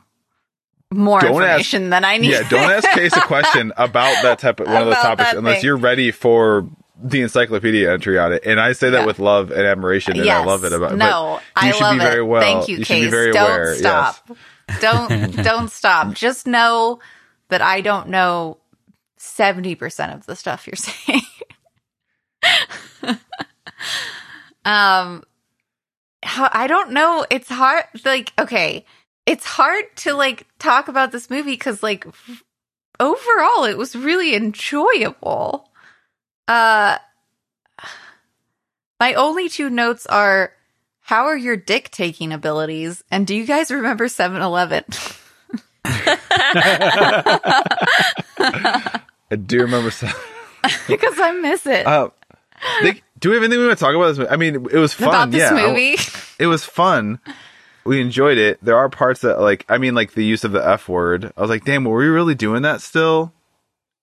D: more
B: Don't ask-
D: information than I need.
B: Yeah, don't ask Case a question about that type of one of those
D: About
B: topics
D: that
B: unless
D: thing.
B: you're ready for the encyclopedia entry on it. And I say that
D: Yeah.
B: with love and admiration, and I
D: Yes.
B: love it about. but
D: No, I
B: you should
D: love
B: be very
D: it.
B: well.
D: Thank you,
B: You should be
D: Case.
B: very
D: don't
B: aware, yes.
D: stop. Don't don't stop. Just know that I don't know seventy percent of the stuff you're saying. um how I don't know. It's hard like okay. It's hard to like talk about this movie because like overall it was really enjoyable. Uh my only two notes are how are your dick taking abilities? And do you guys remember 7 Eleven?
B: I do remember. Some,
D: because I miss it.
B: uh, they- do we have anything we want to talk about? This? mo- I mean, it was fun.
D: About this
B: yeah, I-
D: movie?
B: it was fun. We enjoyed it. There are parts that like I mean like the use of the F word. I was like, damn, were we really doing that still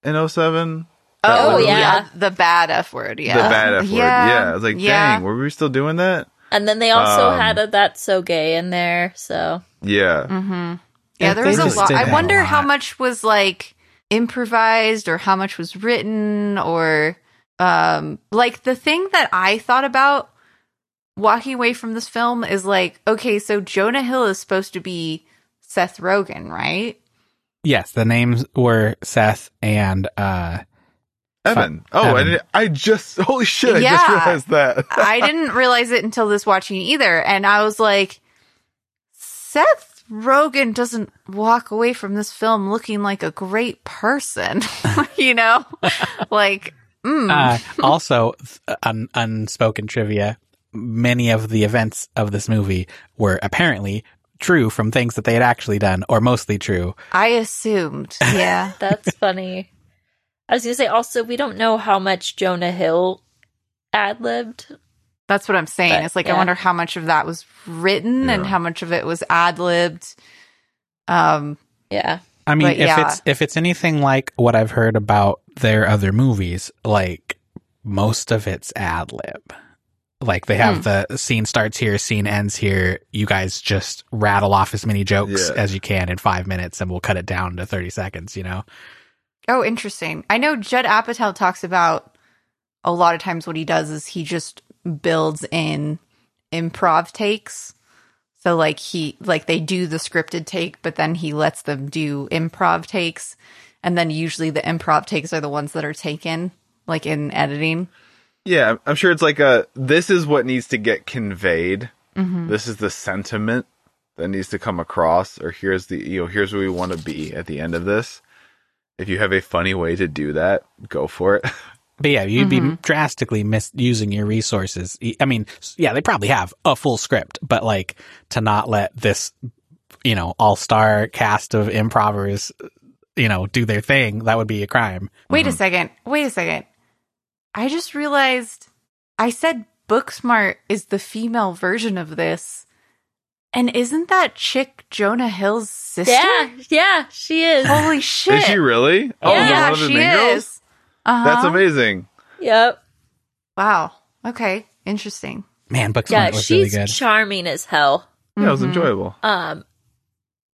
B: in 07? That
A: Oh,
B: was-
A: yeah.
D: The bad F word. Yeah.
B: The bad F word. Yeah. I was like, dang, were we still doing that?
A: And then they also
B: Um,
A: had a That's So Gay in there, so.
B: Yeah.
D: Mm-hmm. Yeah, there
C: they
D: was a
C: just
D: lot.
C: did
D: I
C: that a
D: wonder how
C: lot.
D: much was like improvised or how much was written or um like the thing that I thought about walking away from this film is like, okay, so Jonah Hill is supposed to be Seth Rogen, right?
C: yes, the names were Seth and uh,
B: Evan. Oh, I
C: Evan.
B: didn't, I just holy shit, I just
D: Yeah.
B: realized that.
D: I didn't realize it until this watching either. And I was like, Seth Rogen doesn't walk away from this film looking like a great person, you know? like, mm,
C: uh, also th- un- unspoken trivia. Many of the events of this movie were apparently true from things that they had actually done, or mostly true.
D: I assumed. Yeah.
A: That's funny. I was going to say also, we don't know how much Jonah Hill ad libbed.
D: That's what I'm saying.
A: But,
D: it's like,
A: yeah.
D: I wonder how much of that was written and
B: Yeah.
D: how much of it was ad libbed. Um,
A: Yeah.
C: I mean,
D: But
C: if
D: yeah.
C: it's if it's anything like what I've heard about their other movies, like most of it's ad lib. Like they have
D: Hmm.
C: the scene starts here, scene ends here. You guys just rattle off as many jokes
B: Yeah.
C: as you can in five minutes, and we'll cut it down to thirty seconds. You know,
D: Oh, interesting. I know Judd Apatow talks about a lot of times what he does is he just builds in improv takes. So like he like they do the scripted take, but then he lets them do improv takes, and then usually the improv takes are the ones that are taken like in editing.
B: Yeah, I'm sure it's like a this is what needs to get conveyed.
D: Mm-hmm.
B: This is the sentiment that needs to come across or here's the you know, here's where we want to be at the end of this. If you have a funny way to do that, go for it.
C: But yeah, you'd
D: Mm-hmm.
C: be drastically misusing your resources. I mean, s- yeah, they probably have a full script, but like to not let this, you know, all star cast of improvers, you know, do their thing, that would be a crime.
D: Wait
B: Mm-hmm.
D: a second. Wait a second. I just realized I said Booksmart is the female version of this. And isn't that chick Jonah Hill's sister?
A: Yeah, yeah, she is.
D: Holy shit.
B: Is she really? Oh,
A: Yeah,
B: one
D: yeah,
B: of the
D: she
B: main girls?
D: is. Uh-huh.
B: That's amazing.
A: yep.
D: Wow. Okay. Interesting.
C: Man, Booksmart
A: Yeah,
C: was
A: she's
C: really good.
A: charming as hell.
B: Yeah, it was
D: Mhm.
B: enjoyable.
A: Um,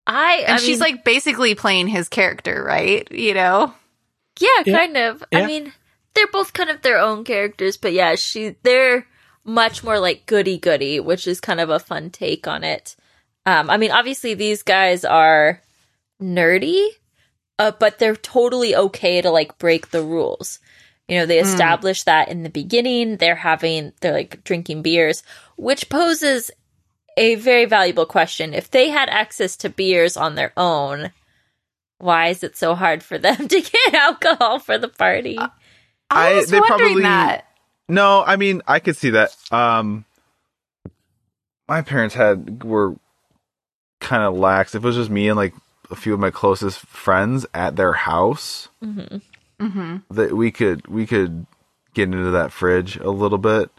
A: I
D: And
A: I
D: she's
A: mean,
D: like basically playing his character, right? You know?
A: yeah,
C: Yeah.
A: kind of.
C: Yeah.
A: I mean, they're both kind of their own characters, but yeah, she they're much more like goody goody, which is kind of a fun take on it. Um, I mean, obviously these guys are nerdy, uh, but they're totally okay to like break the rules. You know, they
D: Hmm.
A: establish that in the beginning. They're having, they're like drinking beers, which poses a very valuable question. If they had access to beers on their own, why is it so hard for them to get alcohol for the party?
D: I
B: I-
D: was
B: they
D: wondering
B: probably-
D: that.
B: No, I mean I could see that. Um my parents had were kind of lax. If it was just me and like a few of my closest friends at their house,
A: hmm
D: Mm-hmm.
B: that we could we could get into that fridge a little bit.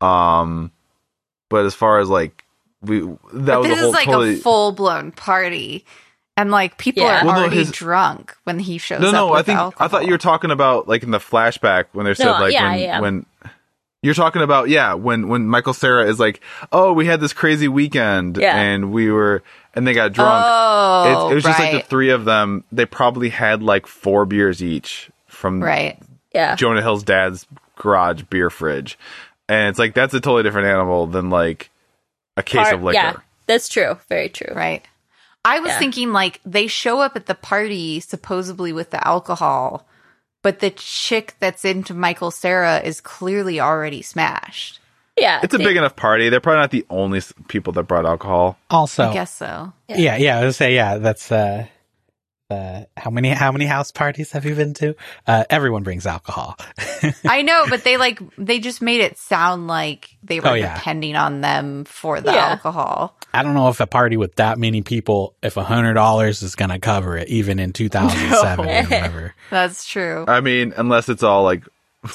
B: Um but as far as like we that
D: But
B: was
D: this
B: a whole
D: is like
B: totally
D: a full blown party. And like people
A: Yeah.
D: are
B: Well, no,
D: already
B: his-
D: drunk when he shows
B: No,
D: up.
B: no,
D: with
B: I think
D: alcohol.
B: I thought you were talking about like in the flashback when they said
A: No,
B: like
A: yeah,
B: when,
A: yeah.
B: when you're talking about yeah when when Michael Sarah is like oh we had this crazy weekend
A: Yeah.
B: and we were and they got drunk.
D: Oh,
B: it, it was just like
D: right.
B: the three of them. They probably had like four beers each from
D: right.
A: Yeah.
B: Jonah Hill's dad's garage beer fridge, and it's like that's a totally different animal than like a case
A: Par-
B: of liquor.
A: Yeah, that's true. Very true.
D: Right. I was
A: Yeah.
D: thinking like they show up at the party supposedly with the alcohol, but the chick that's into Michael Sarah is clearly already smashed.
A: Yeah,
B: It's a
A: they-
B: big enough party. They're probably not the only s- people that brought alcohol.
C: Also,
D: I guess so.
A: Yeah.
C: yeah, yeah, I was say, yeah, that's, uh, uh, how many how many house parties have you been to? Uh, everyone brings alcohol.
D: I know, but they like they just made it sound like they were
C: Oh, yeah.
D: depending on them for the
A: Yeah.
D: alcohol.
C: I don't know if a party with that many people, if a hundred dollars is going to cover it, even in two thousand seven
A: No.
C: or whatever.
D: That's true.
B: I mean, unless it's all like the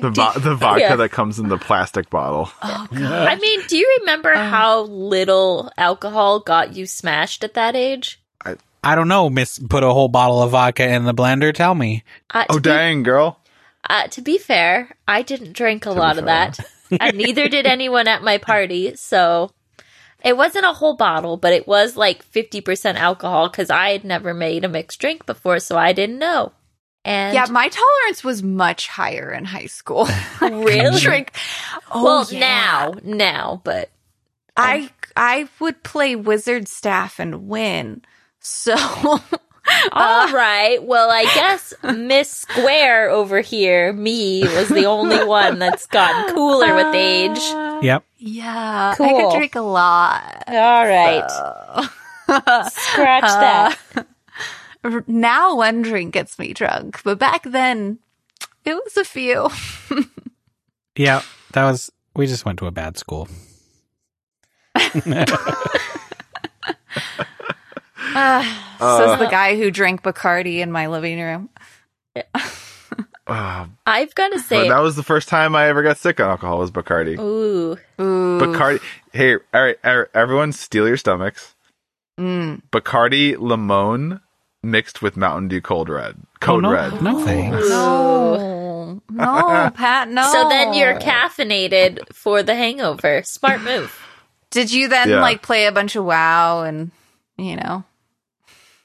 B: vo- the vodka
A: Yeah. Oh,
B: that comes in the plastic bottle.
A: I mean, do you remember
D: Uh.
A: how little alcohol got you smashed at that age?
C: I don't know, Miss. Put a whole bottle of vodka in the blender. Tell me.
A: Uh, to
B: Oh
A: be-
B: dang, girl!
A: Uh, to be fair, I didn't drink a lot of that, and neither did anyone at my party. So it wasn't a whole bottle, but it was like fifty percent alcohol because I had never made a mixed drink before, so I didn't know. And
D: Yeah, my tolerance was much higher in high school.
A: Really?
D: Drink. Oh,
A: well,
D: yeah.
A: now, now, but
D: I I would play wizard staff and win. So
A: All right. Well, I guess Miss Square over here, me, was the only one that's gotten cooler with age.
C: Yep.
D: Uh, Yeah, I
A: Cool.
D: could drink a lot.
A: Uh,
D: Uh,
A: All right. Uh, Scratch that.
D: R- Now one drink gets me drunk, but back then it was a few.
C: Yeah. That was. We just went to a bad school.
A: Uh,
D: Says the guy who drank Bacardi in my living room.
B: Ah,
A: I've got to
B: but
A: say,
B: that was the first time I ever got sick on alcohol was Bacardi.
A: ooh,
D: Ooh,
B: Bacardi. Hey, all right, all right, everyone, steal your stomachs.
D: mm.
B: Bacardi Limon mixed with Mountain Dew Cold Red.
C: Oh,
B: Code
C: no,
B: Red.
C: No thanks.
D: no, no, Pat, no.
A: so then you're caffeinated for the hangover. Smart move.
D: Did you then
B: Yeah.
D: like play a bunch of WoW and you know?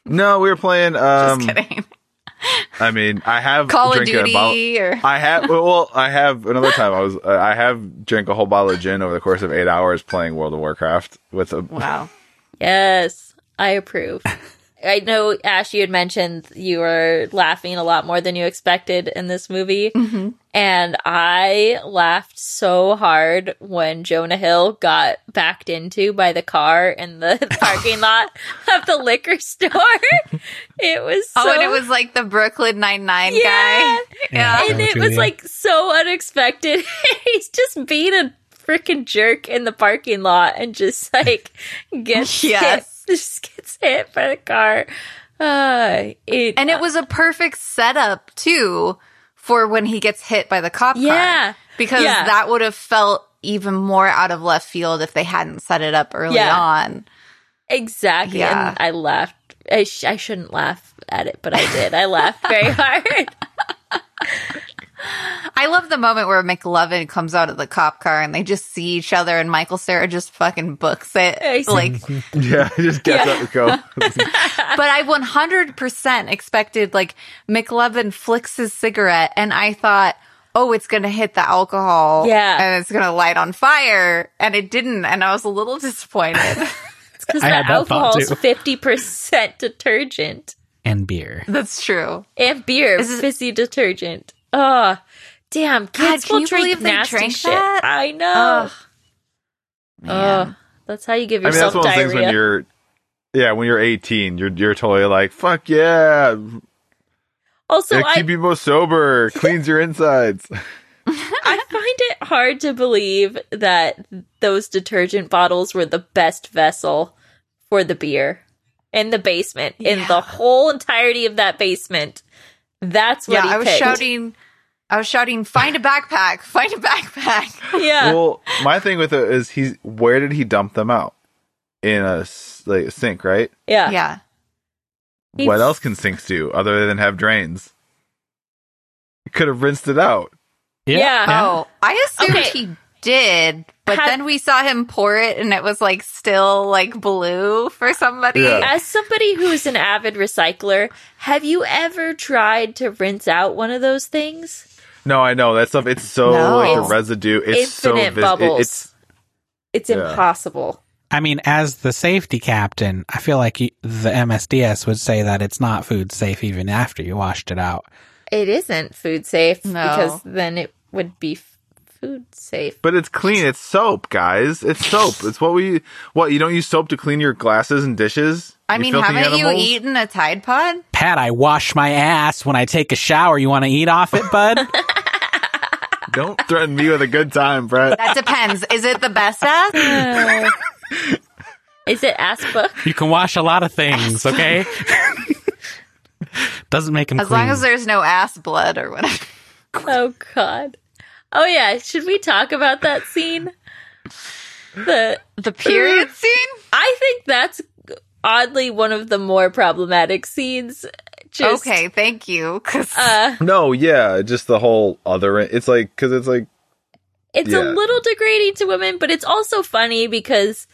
B: No, we were playing.
D: Just
B: Um,
D: kidding.
B: I mean, I have
D: Call of
B: drank a bottle-
D: Duty or
B: I have well, I have another time. I was uh, I have drank a whole bottle of gin over the course of eight hours playing World of Warcraft with a
D: wow.
A: Yes, I approve. I know, Ash, you had mentioned you were laughing a lot more than you expected in this movie.
D: Mhm.
A: And I laughed so hard when Jonah Hill got backed into by the car in the parking lot of the liquor store. It was so
D: oh, and it was like the Brooklyn Nine Nine
A: Yeah.
D: guy. Yeah.
A: and it was like so unexpected. He's just being a freaking jerk in the parking lot and just like gets
D: Yes.
A: hit, just gets hit by the car. Uh, it,
D: And it was a perfect setup too for when he gets hit by the cop car.
A: yeah,
D: Because
A: Yeah.
D: that would have felt even more out of left field if they hadn't set it up early
A: Yeah.
D: on.
A: exactly.
D: Yeah.
A: And I laughed. I, sh- I shouldn't laugh at it, but I did. I laughed very hard.
D: I love the moment where McLovin comes out of the cop car and they just see each other and Michael Sarah just fucking books
A: I
D: it.
A: see.
D: Like
B: yeah. I just gets
A: Yeah.
B: up and go.
D: but I 100% expected like McLovin flicks his cigarette and I thought, oh, it's going to hit the alcohol.
A: Yeah.
D: And it's going to light on fire. And it didn't. And I was a little disappointed.
A: Because
C: I
A: the
C: had that thought,
A: alcohol's
C: too.
A: fifty percent detergent
C: and beer.
D: That's true.
A: and beer
D: Is it-
A: fizzy detergent. Oh, damn! Kids
D: can
A: will
D: you
A: drink
D: believe they
A: nasty
D: drank
A: shit.
D: that?
A: I know.
D: Ugh.
A: Ugh, that's how you give
B: I mean, that's
A: yourself
B: one of the things
A: diarrhea.
B: when you're yeah when you're 18, you're you're totally like fuck yeah,
A: also,
B: it
A: I,
B: keep you most sober, cleans your insides.
A: I find it hard to believe that those detergent bottles were the best vessel for the beer in the basement, in
D: Yeah.
A: the whole entirety of that basement. That's what
D: yeah.
A: he
D: I was
A: picked.
D: shouting, I was shouting, find a backpack, find a backpack.
A: Yeah,
B: Well, my thing with it is he's where did he dump them out in a s- like sink, right?
A: yeah,
D: yeah.
A: He-
B: what else can sinks do other than have drains? You could have rinsed it out.
A: Yeah.
D: Oh, I assumed
A: Okay.
D: he did. But
A: Had-
D: then we saw him pour it and it was like still like blue for somebody.
B: Yeah.
A: As somebody who is an avid recycler, have you ever tried to rinse out one of those things?
B: No, I know that stuff. It's so
D: No.
B: like the
D: It's
B: residue. It's so
A: Infinite
B: vis- it-
A: bubbles.
B: it's
A: It's
B: Yeah.
A: impossible.
C: I mean, as the safety captain, I feel like you, the MSDS would say that it's not food safe even after you washed it out.
A: It isn't food safe
D: No.
A: because then it would be f- food safe.
B: but it's clean. It's soap, guys. It's soap. It's what we what you don't use soap to clean your glasses and dishes.
D: I
B: You
D: mean,
B: filthy
D: haven't
B: animals?
D: you eaten a Tide Pod?
C: Pat, I wash my ass when I take a shower. You want to eat off it, bud?
B: Don't threaten me with a good time, Brett.
D: That depends. Is it the best ass?
A: Uh, is it Aspa?
C: you can wash a lot of things, okay? Doesn't make them
D: As long as there's no ass blood or whatever.
A: Oh God. Oh yeah. Should we talk about that scene? The
D: The period scene?
A: I think that's oddly one of the more problematic scenes. Just,
D: okay, thank you. 'cause-
A: Uh,
B: No, yeah, just the whole other. It's like because it's like
A: it's
B: Yeah.
A: a little degrading to women, but it's also funny because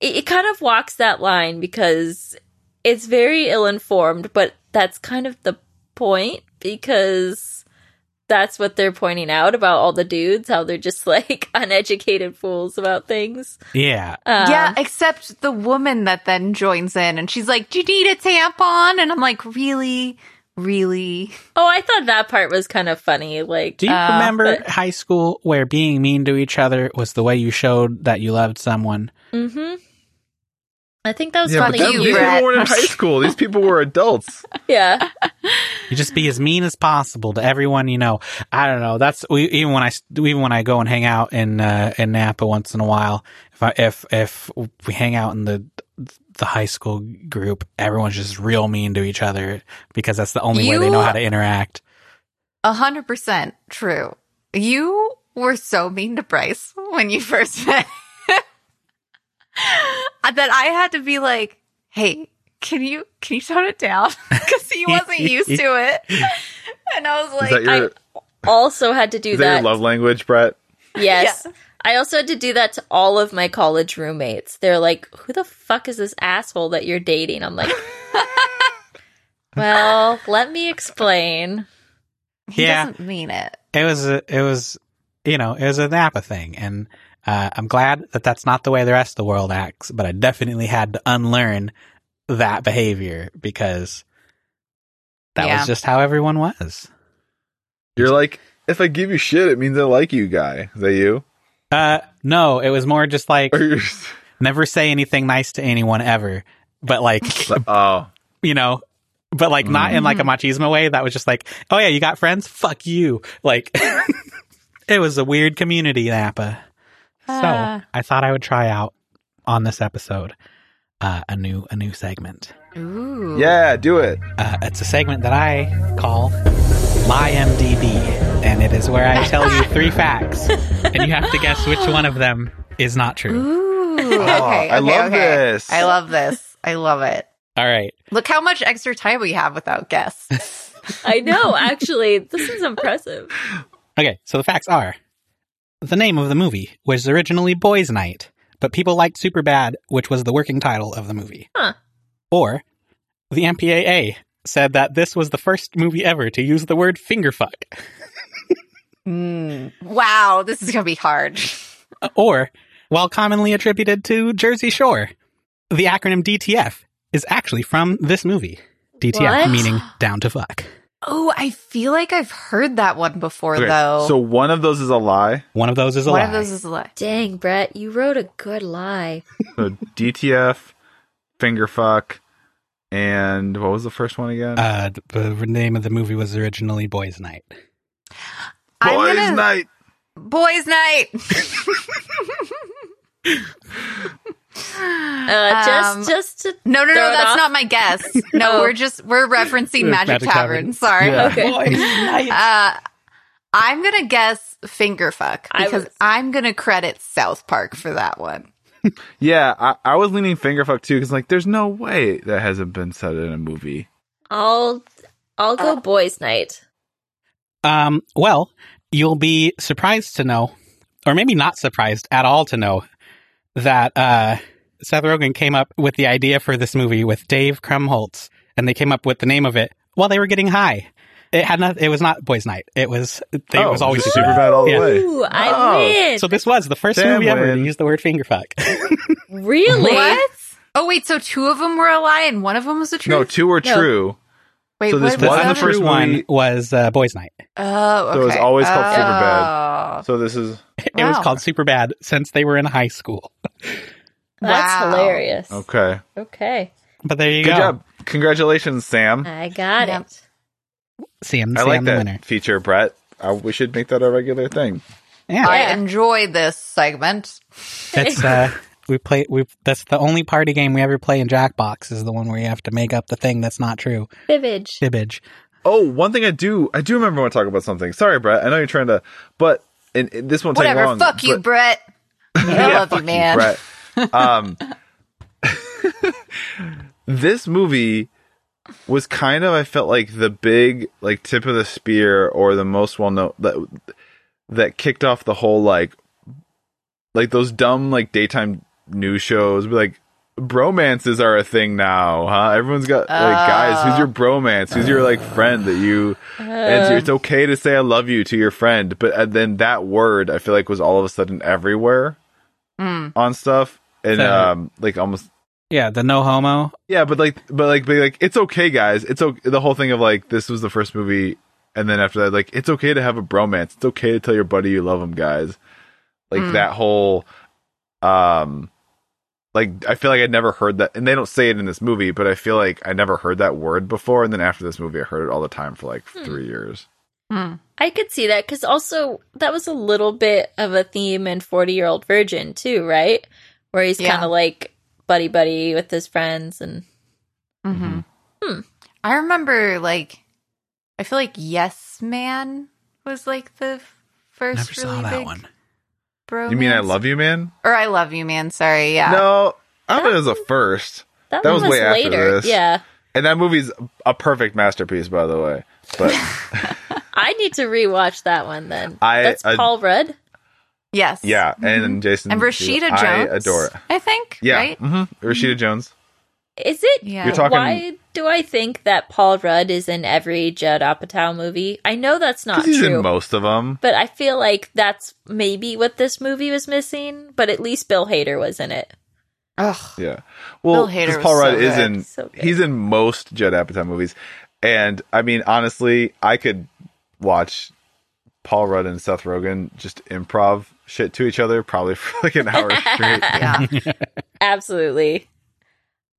A: it, it kind of walks that line because it's very ill informed, but that's kind of the point because that's what they're pointing out about all the dudes, how they're just like uneducated fools about things.
C: yeah.
B: Uh.
A: Um,
D: yeah, except the woman that then joins in and she's like, Do you need a tampon? And I'm like, Really? Really?
A: Oh, I thought that part was kind of funny. Like,
C: Do you
D: Uh,
C: remember high school where being mean to each other was the way you showed that you loved someone?
A: hmm I think that was
B: yeah, but
A: funny.
D: that-
A: you,
B: these
D: Brett.
B: people weren't in high school. These people were adults.
A: yeah.
C: You just be as mean as possible to everyone you know. I don't know. That's we, even when I even when I go and hang out in uh, in Napa once in a while. If I, if if we hang out in the the high school group, everyone's just real mean to each other because that's the only way they know
D: You-
C: how to interact.
D: A hundred percent true. You were so mean to Bryce when you first met him. that I had to be like, "Hey, can you can you tone it down?" Because he wasn't used to it, and I was
B: is that
D: like,
B: your
A: I Also had to do
B: is that
A: that.
B: your love language, Brett?
A: Yes. I also had to do that to all of my college roommates. They're like, who the fuck is this asshole that you're dating? I'm like, Well, let me explain.
D: He
C: Yeah.
D: doesn't mean it.
C: it was a, it was you know it was a Napa thing, and uh, I'm glad that that's not the way the rest of the world acts. But I definitely had to unlearn that behavior because that
D: Yeah.
C: was just how everyone was.
B: You're like, if I give you shit, it means I like you, guy. Is that you?
C: Uh, no, it was more just like
B: Or you're
C: never say anything nice to anyone ever. But like
B: oh,
C: you know, but like not in like a machismo way. That was just like, oh yeah, you got friends? Fuck you. Like it was a weird community Napa. So
A: Ah.
C: I thought I would try out on this episode uh, a new a new segment.
D: Ooh.
B: yeah, do it.
C: Uh, it's a segment that I call LyMDB, and it is where I tell you three facts, and you have to guess which one of them is not true.
D: Okay,
B: Oh, I
D: okay,
B: love
D: okay.
B: this.
D: I love this. I love it.
C: All right,
D: Look how much extra time we have without guests.
A: I know, actually. This is impressive.
C: Okay, so the facts are the name of the movie was originally Boys Night, but people liked Superbad, which was the working title of the movie.
A: Huh.
C: Or the MPAA said that this was the first movie ever to use the word fingerfuck.
D: Mm. Wow, this is gonna be hard.
C: Or, while commonly attributed to Jersey Shore, the acronym DTF is actually from this movie. DTF
A: What?
C: meaning down to fuck.
D: Oh, I feel like I've heard that one before
B: Okay,
D: though.
B: So one of those is a lie.
C: One of those is a
D: one
C: lie.
D: of those is a lie.
A: Dang, Brett, you wrote a good lie.
B: So DTF, fingerfuck, and what was the first one again?
C: uh, the the name of the movie was originally Boys Night.
D: I'm
B: Boys
D: gonna-
B: night.
D: Boys' night.
A: Uh, just,
D: Um,
A: just to
D: No, no,
A: Throw
D: no,
A: it
D: that's
A: off.
D: not my guess. No,
A: Oh.
D: we're just we're referencing Magic,
C: Magic Tavern.
D: Tavern. Sorry.
B: Yeah.
A: Okay.
C: Boys Night.
D: Uh, I'm gonna guess fingerfuck
A: I
D: because
A: was-
D: I'm gonna credit South Park for that one.
B: Yeah, I, I was leaning fingerfuck too because like, there's no way that hasn't been said in a movie.
A: I'll I'll go
D: uh,
A: boys' night.
C: Um, well, you'll be surprised to know, or maybe not surprised at all to know, that uh, Seth Rogen came up with the idea for this movie with Dave Krumholtz, and they came up with the name of it while they were getting high. It had not. It was not Boys Night. It was. They, it was always
B: just Oh, super bad all the
C: Yeah.
B: way.
A: Ooh, I
B: Oh.
A: win.
C: So this was the first
B: Damn
C: movie ever to
B: win.
C: use the word fingerfuck.
A: really?
D: What? Oh wait, so two of them were a lie and one of them was the truth.
B: No, two were
A: No.
B: true.
D: wait,
B: so this was
D: was the
B: the
C: the
D: other?
B: first
C: true
B: movie-
C: one was uh, Boys Night.
D: Oh, okay.
B: So it was always called
D: Superbad.
B: So this is
C: It was
D: Wow.
C: called Superbad since they were in high school.
A: That's
D: Wow. Oh.
A: hilarious. Okay.
B: okay.
C: But there you
B: Good
C: go.
B: job. Congratulations, Sam.
D: Uh,
A: I got
D: Yep.
A: it.
C: Sam,
B: I
C: Sam
B: like
C: the
B: that
C: winner.
B: feature, Brett. Uh, we should make that a regular thing.
C: Yeah.
D: I
A: Yeah.
D: enjoyed this segment.
C: It's uh we play we that's the only party game we ever play in Jackbox is the one where you have to make up the thing that's not true.
A: Bibbage.
C: Fibbage.
B: Oh, one thing I do I do remember want to talk about something. Sorry, Brett. I know you're trying to, but and, and this won't
D: Whatever.
B: take long.
D: Fuck you,
B: but-
D: Brett. I
B: Yeah,
D: love you,
B: fuck
D: man.
B: Brett. Um, this movie was kind of I felt like the big like tip of the spear or the most well known that that kicked off the whole like like those dumb like daytime news shows be like bromances are a thing now huh everyone's got like guys who's your bromance who's your like friend that you
A: Uh.
B: and so it's okay to say i love you to your friend but and then that word i feel like was all of a sudden everywhere
D: Mm.
B: on stuff and
C: Fair.
B: um like almost
C: Yeah, the no homo.
B: yeah but like but like but like it's okay guys it's okay the whole thing of like this was the first movie and then after that like it's okay to have a bromance it's okay to tell your buddy you love him guys like
D: Mm.
B: that whole um like i feel like i'd never heard that and they don't say it in this movie but i feel like i never heard that word before and then after this movie i heard it all the time for like
D: Hmm.
B: three years
D: Mm.
A: I could see that because also that was a little bit of a theme in Forty Year Old Virgin too, right? Where he's
D: Yeah.
A: kind of like buddy buddy with his friends and
D: Mm-hmm.
A: Hmm.
D: I remember, like, I feel like Yes Man was like the f- first.
C: Never saw
D: really
C: that
D: big
C: one.
D: Bromance.
B: you mean i love you man
D: or I love you, man. Sorry, yeah.
B: no i thought it was a first
A: that,
B: That
A: one was
B: was way after
A: later.
B: this.
A: Yeah,
B: and that movie's a perfect masterpiece by the way but
A: I need to rewatch that one then.
B: I-
A: That's
B: I-
A: Paul Rudd.
D: Yes. Mm-hmm.
B: Yeah, and Jason
D: And Rashida Jones.
B: I adore it.
D: I think.
B: Yeah,
D: Right.
A: Mm-hmm.
B: mhm, Rashida Jones.
A: Is it?
D: Yeah.
B: You're talking
A: Why do I think that Paul Rudd is in every Judd Apatow movie? I know that's not
B: 'Cause he's
A: true,
B: in most of them.
A: but I feel like that's maybe what this movie was missing. But at least Bill Hader was in it.
D: Ugh.
B: Yeah. Well,
D: Hader
B: because
D: was
B: Paul
D: so
B: Rudd
D: good.
B: is in
A: So good.
B: he's in most Judd Apatow movies, and I mean honestly, I could watch Paul Rudd and Seth Rogen just improv shit to each other probably for like an hour straight.
D: Yeah.
A: Absolutely.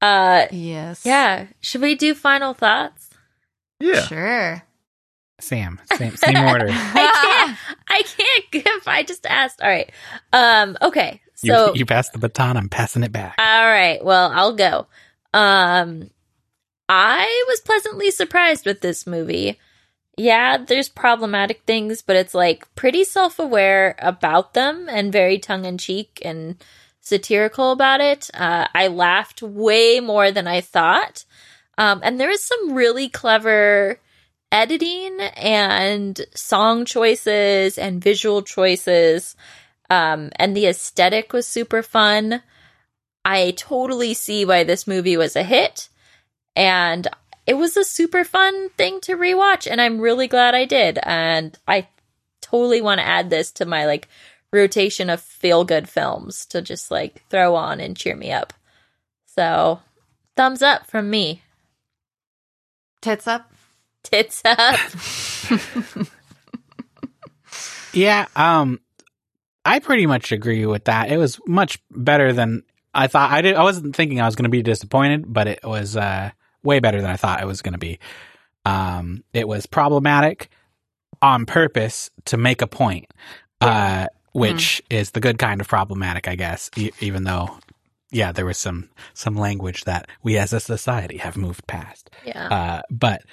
A: Uh,
D: yes.
A: yeah. Should we do final thoughts?
B: Yeah.
D: Sure.
C: Sam, same, same order.
A: I can't. I can't give. I just asked. All right. Um. Okay. So
C: you, you passed the baton. I'm passing it back.
A: All right. Well, I'll go. Um I was pleasantly surprised with this movie. Yeah, there's problematic things, but it's like pretty self-aware about them and very tongue-in-cheek and satirical about it. Uh, I laughed way more than I thought. Um, and there is some really clever editing and song choices and visual choices. Um, and the aesthetic was super fun. I totally see why this movie was a hit. And it was a super fun thing to rewatch. And I'm really glad I did. And I totally want to add this to my like rotation of feel good films to just like throw on and cheer me up. So thumbs up from me.
D: Tits up.
A: Tits up.
C: Yeah, um I pretty much agree with that. It was much better than I thought. I did I wasn't thinking I was going to be disappointed, but it was uh way better than I thought it was going to be. Um it was problematic on purpose to make a point. Uh which is the good kind of problematic, I guess, e- even though yeah, there was some some language that we as a society have moved past.
A: Yeah.
C: Uh, but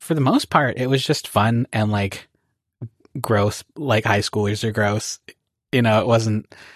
C: for the most part, it was just fun and like gross, like high schoolers are gross. You know, it wasn't.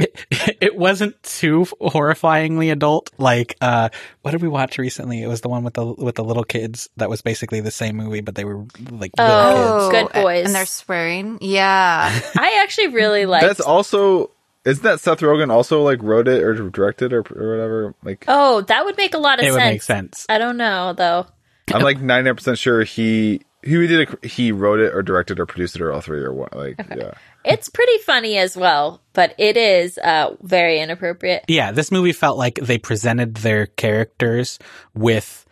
C: It, it wasn't too horrifyingly adult. Like, uh, what did we watch recently? It was the one with the with the little kids that was basically the same movie, but they were like little
A: Oh,
C: kids.
A: good boys.
D: And they're swearing. Yeah.
A: I actually really liked
B: That's also isn't that Seth Rogen also like wrote it or directed or, or whatever? Like
A: Oh, that would make a lot of
C: It
A: sense.
C: would make sense.
A: I don't know though.
B: I'm like 99 percent sure he he did a, he wrote it or directed or produced it or all three or what like yeah.
A: It's pretty funny as well, but it is uh, very inappropriate.
C: Yeah, this movie felt like they presented their characters with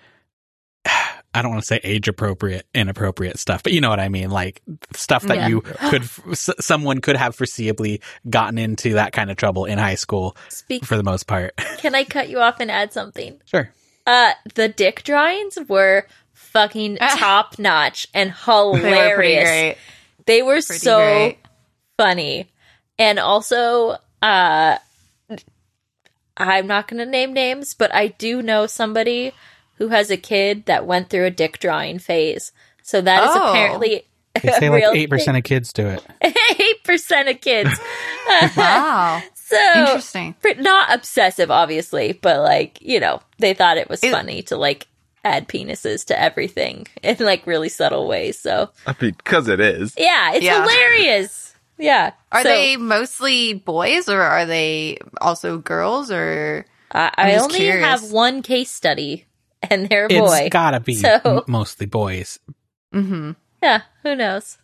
C: I don't want to say age appropriate, inappropriate stuff, but you know what I mean, like stuff that
A: Yeah.
C: you could s- someone could have foreseeably gotten into that kind of trouble in high school
A: Speak.
C: for the most part.
A: Can I cut you off and add something?
C: Sure.
A: Uh, the dick drawings were fucking top notch and hilarious.
D: Ah. They were pretty great.
A: They were
D: Pretty
A: so
D: great.
A: funny. And also, uh, I'm not going to name names, but I do know somebody who has a kid that went through a dick drawing phase. So that is
D: Oh.
A: apparently
C: They say like 8% of kids do it.
A: eight percent of kids.
D: Wow.
A: So
D: Interesting.
A: pr- not obsessive, obviously, but like you know, they thought it was funny to like add penises to everything in like really subtle ways. So
B: I mean, because it is.
A: yeah, it's
D: Yeah.
A: hilarious. Yeah,
D: Are
A: So,
D: they mostly boys or are they also girls or
A: I, I
D: I'm just
A: only
D: curious.
A: have one case study, and they're a boy.
C: It's got to be
A: So-
C: m- mostly boys.
D: Mhm.
A: yeah, who knows?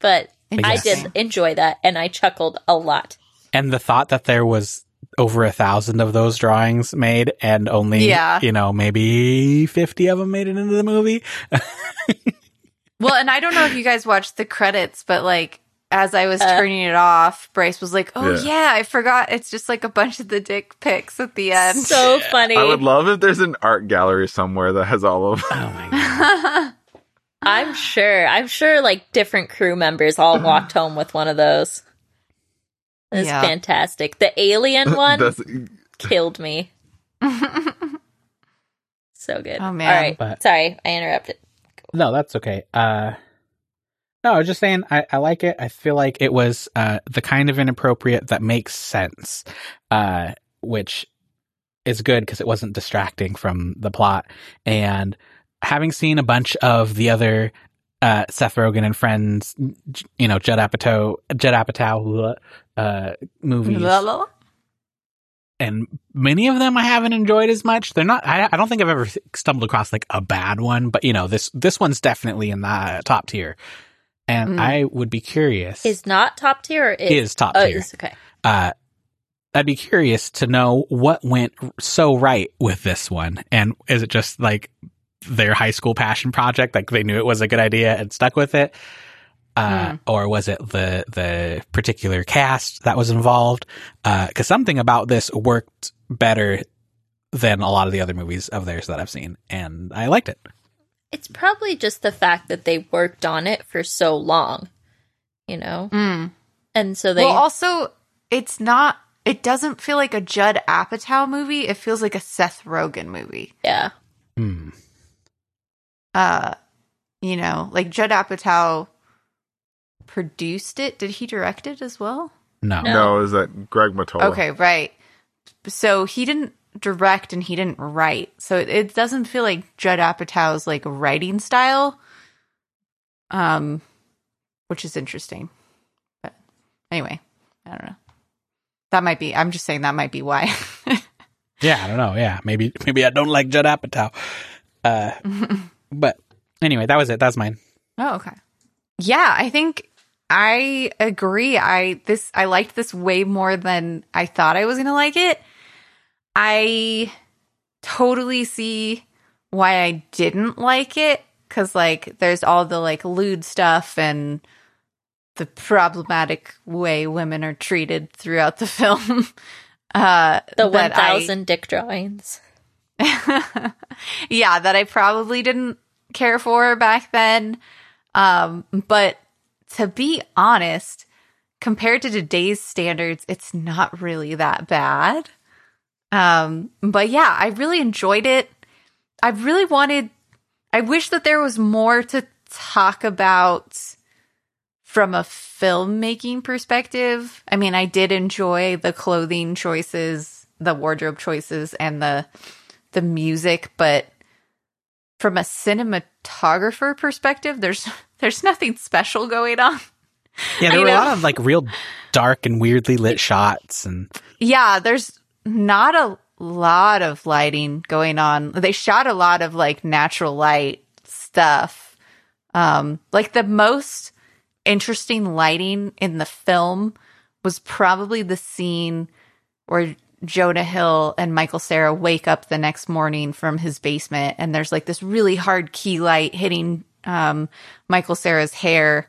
A: But I did
D: Interesting.
A: enjoy that, and I chuckled a lot.
C: And the thought that there was over a thousand of those drawings made and only,
D: Yeah.
C: you know, maybe 50 of them made it into the movie.
D: Well, and I don't know if you guys watched the credits, but like as I
A: Uh.
D: was turning it off, Bryce was like, "Oh yeah,
B: Yeah.
D: I forgot. It's just like a bunch of the dick pics at the end."
A: So funny.
B: I would love if there's an art gallery somewhere that has all of
C: Oh my god.
A: I'm sure. I'm sure like different crew members all walked home with one of those. It's
D: Mm-hmm. Yeah.
A: fantastic. The alien one
B: That's,
A: killed me. so good.
D: Oh, man.
A: All right.
C: But-
A: Sorry, I interrupted.
C: No, that's okay. Uh no, I was just saying I, I like it. I feel like it was uh the kind of inappropriate that makes sense. Uh which is good because it wasn't distracting from the plot. And having seen a bunch of the other uh, Seth Rogen and friends, j- you know, Judd Apatow, Judd Apatow uh, movies,
D: La, la, la.
C: and many of them I haven't enjoyed as much. They're not. I, I don't think I've ever stumbled across like a bad one, but you know this this one's definitely in the uh, top tier. And
D: Mm.
C: I would be curious.
A: Is not top tier or is,
C: Is top
A: oh,
C: tier.
A: Is, okay.
C: uh, I'd be curious to know what went so right with this one, and is it just like their high school passion project? Like they knew it was a good idea and stuck with it, uh, or was it the the particular cast that was involved? Because something about this worked better than a lot of the other movies of theirs that I've seen, and I liked it.
A: It's probably just the fact that they worked on it for so long, you know?
D: Mm.
A: And so they.
D: Well, also, it's not. It doesn't feel like a Judd Apatow movie. It feels like a Seth Rogen movie.
A: yeah.
C: Hmm.
D: Uh, you know, like Judd Apatow produced it. Did he direct it as well?
C: No,
A: No.
B: No, is that Greg Matola?
D: Okay, right. So he didn't direct and he didn't write. So it, it doesn't feel like Judd Apatow's like writing style. Um which is interesting. But anyway, I don't know. That might be I'm just saying that might be why.
C: yeah, I don't know. Yeah, maybe maybe I don't like Judd Apatow, uh, but anyway, that was it. That's mine.
D: Oh, okay. Yeah, I think I agree. I this I liked this way more than I thought I was going to like it. I totally see why I didn't like it cuz like there's all the like lewd stuff and the problematic way women are treated throughout the film. Uh
A: The
D: that I-
A: 1,000 dick drawings.
D: yeah, that I probably didn't care for back then. Um, but to be honest, compared to today's standards, it's not really that bad. Um, but yeah, I really enjoyed it. I really wanted, I wish that there was more to talk about from a filmmaking perspective. I mean, I did enjoy the clothing choices, the wardrobe choices, and the the music, but from a cinematographer perspective, there's there's nothing special going on.
C: Yeah, there
D: I
C: were a
D: know.
C: lot of like real dark and weirdly lit shots, and
D: Yeah, there's not a lot of lighting going on. They shot a lot of like natural light stuff. Um, like the most interesting lighting in the film was probably the scene where Jonah Hill and Michael Sarah wake up the next morning from his basement, and there's like this really hard key light hitting um, Michael Sarah's hair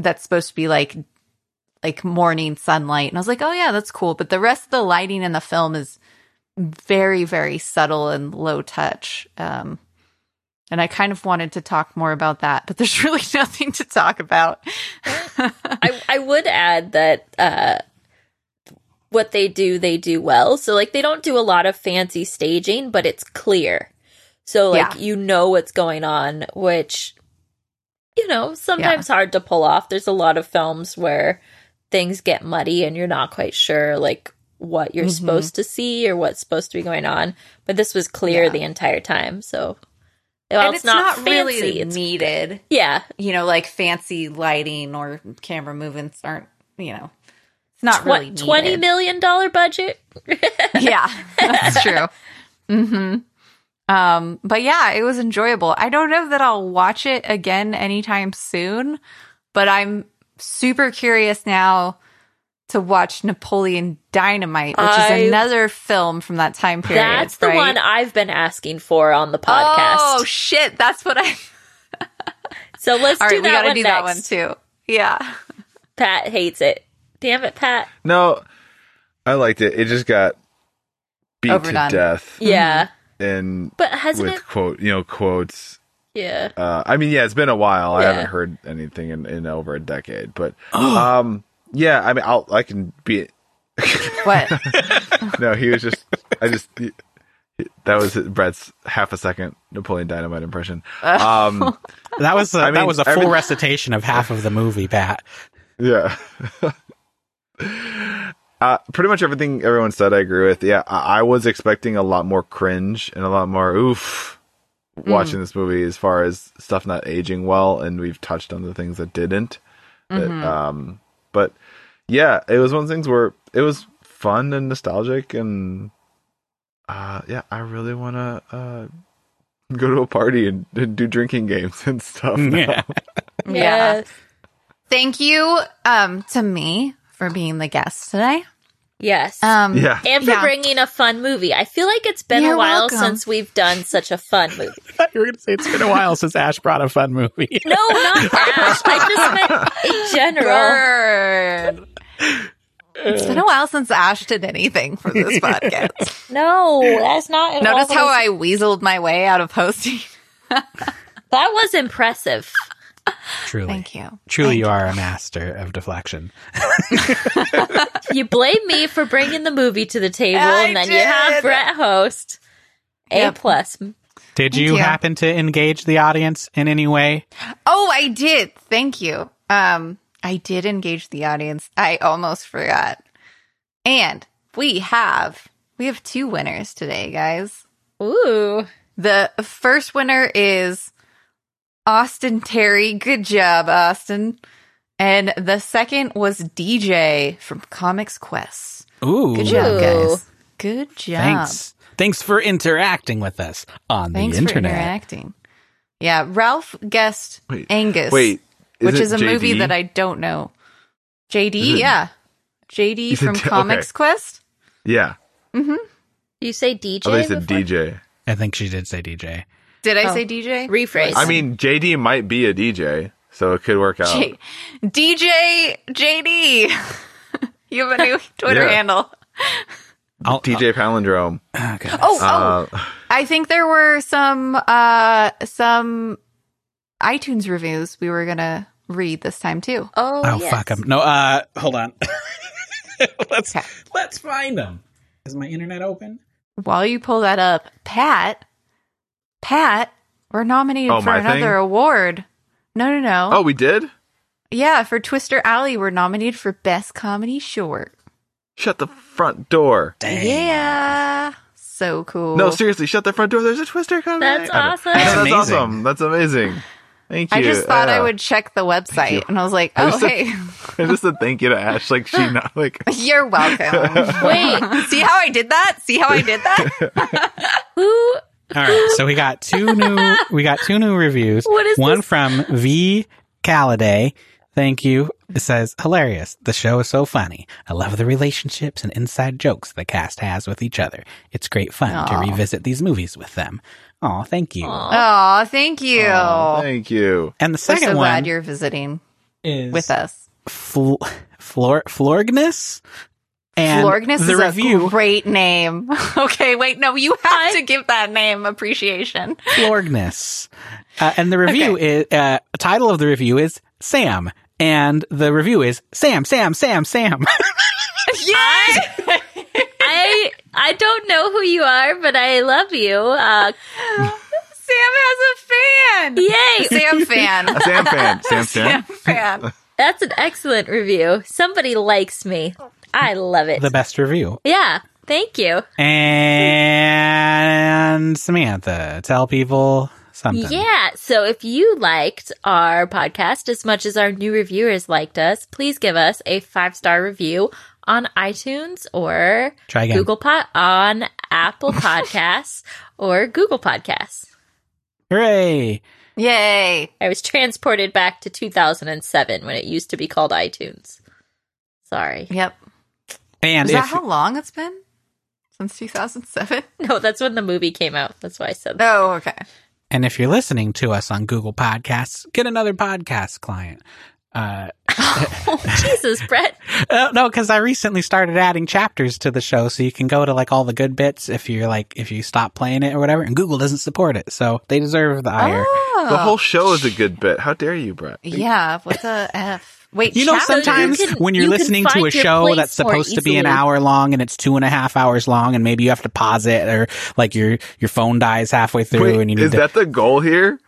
D: that's supposed to be like like morning sunlight. And I was like, oh yeah, that's cool. But the rest of the lighting in the film is very, very subtle and low touch. Um, and I kind of wanted to talk more about that, but there's really nothing to talk about.
A: I, I would add that uh, what they do, they do well. So, like, they don't do a lot of fancy staging, but it's clear. So, like,
D: Yeah.
A: you know what's going on, which, you know, sometimes hard to pull off. There's a lot of films where things get muddy and you're not quite sure, like, what you're
D: Mhm.
A: supposed to see or what's supposed to be going on. But this was clear
D: Yeah.
A: the entire time. So, well, it's, not, fancy. it's,
D: needed.
A: yeah.
D: You know, like fancy lighting or camera movements aren't, you know, it's not
A: Tw-
D: really
A: $20
D: needed.
A: million dollar budget.
D: yeah, that's true. hmm Um, but yeah, it was enjoyable. I don't know that I'll watch it again anytime soon, but I'm super curious now to watch Napoleon Dynamite, which
A: I-
D: is another film from that time period.
A: That's the
D: right?
A: one I've been asking for on the podcast.
D: Oh shit, that's what I.
A: so let's
D: All right,
A: do
D: we
A: that
D: gotta
A: one
D: do
A: next.
D: that one too. Yeah.
A: Pat hates it. Damn it, Pat.
B: No, I liked it. It just got beat
D: Overdone.
B: to
D: Mm-hmm.
B: death
A: Yeah,
B: and
A: but hasn't
B: with
A: it?
B: quote you know quotes.
A: Yeah,
B: Uh, I mean, yeah, it's been a while. I
A: Yeah.
B: haven't heard anything in, in over a decade, but um, yeah. I mean, I'll I can be.
D: What?
B: No, he was just. I just. That was Brett's half a second Napoleon Dynamite impression. Um,
C: that was a,
B: I mean,
C: that was a
B: I
C: full
B: mean-
C: recitation of half of the movie. Pat,
B: Yeah. Uh, pretty much everything everyone said, I agree with. Yeah, I, I was expecting a lot more cringe and a lot more oof
D: Hmm.
B: watching this movie as far as stuff not aging well, and we've touched on the things
D: Mm-hmm.
B: that didn't. That, um, but yeah, it was one of the things where it was fun and nostalgic and uh yeah, I really want to uh go to a party and, and do drinking games and stuff. now.
C: Yeah.
D: Yeah. Thank you um, to me for being the guest today.
A: Yes.
D: Um,
B: Yeah.
A: and for
D: yeah.
A: bringing a fun movie. I feel like it's been
D: You're
A: a while
D: welcome.
A: since we've done such a fun movie.
C: I thought you were going to say it's been a while since Ash brought a fun movie.
A: No, not Ash. I just meant in general.
D: Grr. It's been a while since Ash did anything for this podcast.
A: No, that's not. at all
D: Notice
A: what
D: how
A: I
D: I weaseled my way out of hosting.
A: That was impressive.
C: Truly.
D: Thank you.
C: Truly, you are a master of deflection.
A: You blame me for bringing the movie to the table,
D: I
A: and then you have
D: did.
A: Brett host. A
D: Yep.
A: plus.
C: Did you,
D: you.
C: happen to engage the audience in any way?
D: Oh, I did. Thank you. Um, I did engage the audience. I almost forgot. And we have we have two winners today, guys.
A: Ooh.
D: The first winner is Austin Terry. Good job, Austin. And the second was DJ from Comics Quest.
C: Ooh.
D: Good job,
A: Ooh.
D: guys. Good job.
C: Thanks. Thanks for interacting with us on
D: Thanks
C: the
D: for
C: internet.
D: interacting. Yeah, Ralph guessed
B: Wait.
D: Angus.
B: Wait.
D: which
B: it
D: is a movie
B: JD?
D: that I don't know. JD,
B: Is it-
D: yeah,
B: Is
D: JD
B: it-
D: from
B: okay.
D: Comics Quest.
B: Yeah.
A: You say DJ?
B: Oh, they said
A: before-
B: DJ.
C: I think she did say DJ.
D: Did I
A: Oh.
D: say DJ?
A: Rephrase.
B: I mean, JD might be a DJ, so it could work out.
D: J-
B: um,
D: DJ JD. you have a new Twitter
B: Yeah.
D: handle.
C: I'll,
B: DJ Palindrome.
C: I'll- okay.
D: Oh,
B: Uh,
D: oh, I think there were some uh some iTunes reviews we were gonna read this time too.
A: oh,
C: Oh
A: yes.
C: fuck 'em. No, uh, hold on. let's
D: Okay.
C: let's find them. Is my internet open?
D: While you pull that up, Pat, Pat, we're nominated
B: Oh,
D: for
B: my
D: another
B: thing?
D: award. No, no, no.
B: oh, we did?
D: Yeah, for Twister Alley, we're nominated for Best Comedy Short.
B: Shut the front door.
C: Dang.
D: Yeah. So cool.
B: No, seriously, shut the front door. There's a twister coming.
A: That's
B: I don't-
A: awesome. That's
B: No, That's,
C: amazing.
B: awesome. That's amazing. Thank you.
D: I just thought I
B: Yeah.
D: would check the website and I was like,
B: I
D: oh,
B: was so-
D: hey,
B: I just said thank you to Ash. Like she not like
D: you're welcome.
A: Wait,
D: See how I did that? See how I did that?
A: who?
C: All right, so we got two new we got two new reviews.
A: What is
C: one
A: this?
C: from V Calladay? Thank you. It says hilarious. The show is so funny. I love the relationships and inside jokes the cast has with each other. It's great fun
D: Aw.
C: to revisit these movies with them. Oh, thank you.
D: Aw, thank you.
B: "Oh, thank you.
C: And the
D: We're
C: 2nd
D: so
C: one
D: glad you're visiting
C: is
D: with us.
C: Fl- Flor Florgness. And
D: Florgness
C: the
D: is
C: review
D: a great name. okay, wait, no, you have
A: I-
D: to give that name appreciation.
C: Florgness. Uh, and the review is uh, title of the review is Sam, and the review is Sam, Sam, Sam, Sam.
D: Yes!
A: I I don't know who you are, but I love you. Uh,
D: Sam has a fan.
A: yay!
D: Sam fan.
B: A Sam fan. Sam fan.
D: fan.
A: That's an excellent review. Somebody likes me. I love it.
C: the best review.
A: yeah, thank you.
C: And Samantha, tell people something.
A: Yeah, so if you liked our podcast as much as our new reviewers liked us, please give us a five star review on iTunes or
C: Try again.
A: Google Pod on Apple Podcasts or Google Podcasts.
C: Hooray!
D: Yay.
A: I was transported back to 2007 when it used to be called iTunes. Sorry.
D: Yep.
C: And
D: Is
C: if
D: that how long it's been? Since 2007?
A: No, that's when the movie came out. That's why I said that.
D: Oh, okay.
C: and if you're listening to us on Google Podcasts, get another podcast client. Uh,
A: Oh, Jesus, Brett.
C: Uh, no, because I recently started adding chapters to the show, so you can go to like all the good bits if you're like if you stop playing it or whatever. And Google doesn't support it, so they deserve the ire.
D: Oh.
B: The whole show is a good bit. How dare you, Brett?
D: Yeah, what the F? Wait,
C: You know,
D: chapters?
C: sometimes
A: you can-
C: when you're
A: you can
C: listening to
A: find your
C: a show
A: place
C: that's
A: more
C: supposed to be an
A: easily.
C: hour long and it's two and a half hours long, and maybe you have to pause it or like your your phone dies halfway through
B: Wait,
C: and you
B: is
C: need to.
B: that the goal here?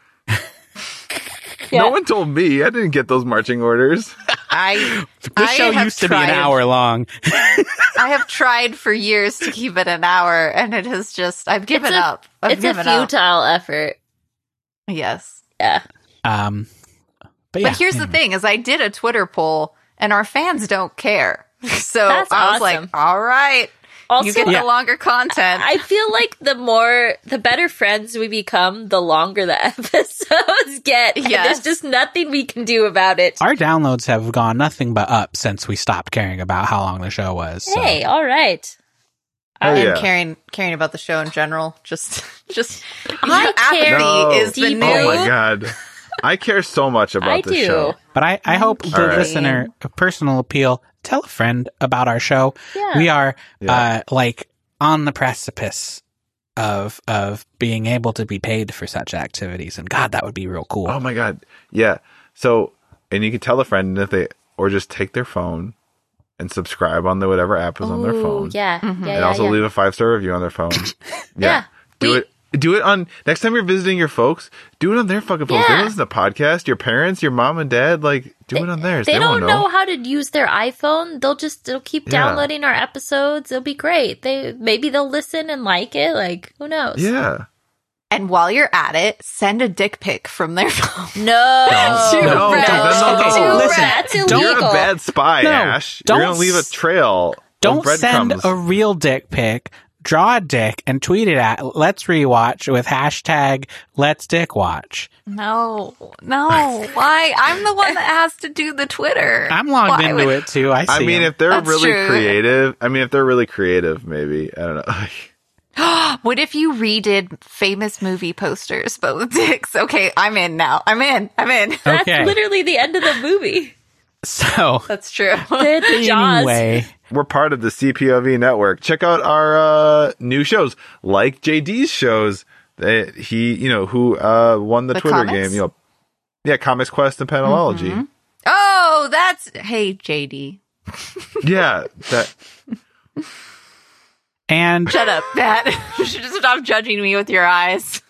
A: Yeah.
B: No one told me. I didn't get those marching orders.
D: I
C: This
D: I
C: show
D: have
C: used to be an
D: tried-
C: hour long.
D: I have tried for years to keep it an hour, and it has just I've given
A: a-
D: up. I've
A: it's a
D: given up.
A: futile effort.
D: Yes,
A: Yeah.
C: Um, but yeah,
D: but here's the
C: anyway.
D: thing: is I did a Twitter poll, and our fans don't care. So
A: That's
D: I was
A: awesome.
D: like, all right,
A: Also,
D: you get
C: Yeah.
D: the longer content.
A: I feel like the more, the better friends we become, the longer the episodes get. And
D: Yes.
A: There's just nothing we can do about it.
C: Our downloads have gone nothing but up since we stopped caring about how long the show was. so-
A: Hey, all right.
B: Oh,
D: and
B: yeah.
D: caring caring about the show in general. Just just
A: I care
D: apathy is the
A: deeply.
D: new
B: Oh my god. I care so much about
A: I
B: this
A: do.
B: show.
C: But I, I hope the
B: All right.
C: listener, a personal appeal, tell a friend about our show.
A: Yeah.
C: We are
B: Yeah.
C: uh, like on the precipice of of being able to be paid for such activities, and God, that would be real cool.
B: Oh my god. Yeah. So and you can tell a friend if they or just take their phone and subscribe on the whatever app is on their
A: Ooh,
B: phone.
A: Yeah.
D: Mm-hmm.
A: Yeah.
B: and
A: yeah,
B: also
A: yeah.
B: leave a five star review on their phone.
A: Yeah.
B: Do
A: We-
B: it. Do it on next time you're visiting your folks. Do it on their fucking phones. They
A: Yeah.
B: don't listen to podcasts. Your parents, your mom and dad, like do it on theirs. They,
A: They,
B: won't
A: don't know. how to use their iPhone. They'll just they'll keep
B: Yeah.
A: downloading our episodes. It'll be great. They maybe they'll listen and like it. Like who knows?
B: Yeah.
D: And while you're at it, send a dick pic from their phone.
A: No,
B: No, no,
A: Brett.
B: no, no, no.
A: Too
C: Listen,
A: Brett. That's
C: don't-
B: You're
A: illegal.
B: a bad spy,
C: No,
B: Ash.
C: don't
B: You're gonna leave a
C: s-
B: trail. of
C: Don't send
B: breadcrumbs.
C: a real dick pic. Draw a dick and tweet it at Let's Rewatch with hashtag Let's Dick Watch.
D: No, no. Why? I'm the one that has to do the Twitter.
C: I'm logged
D: Why
C: into
D: would-
C: it too. I see.
B: I mean,
C: 'em.
B: if they're
D: That's
B: really
D: true.
B: creative, I mean, if they're really creative, maybe I don't know.
D: What if you redid famous movie posters, but with dicks? Okay, I'm in now. I'm in. I'm in.
A: That's
C: okay.
A: literally the end of the movie.
C: so
D: That's true.
A: The, the Jaws.
C: anyway,
B: We're part of the CPOV network. Check out our uh, new shows, like JD's shows. That he, you know, who uh, won the,
D: The
B: Twitter
D: comics?
B: game. You know, yeah, Comics Quest and Panelology.
D: Oh, that's hey JD.
B: Yeah, that
C: and
D: Shut up, Matt. you should just stop judging me with your eyes.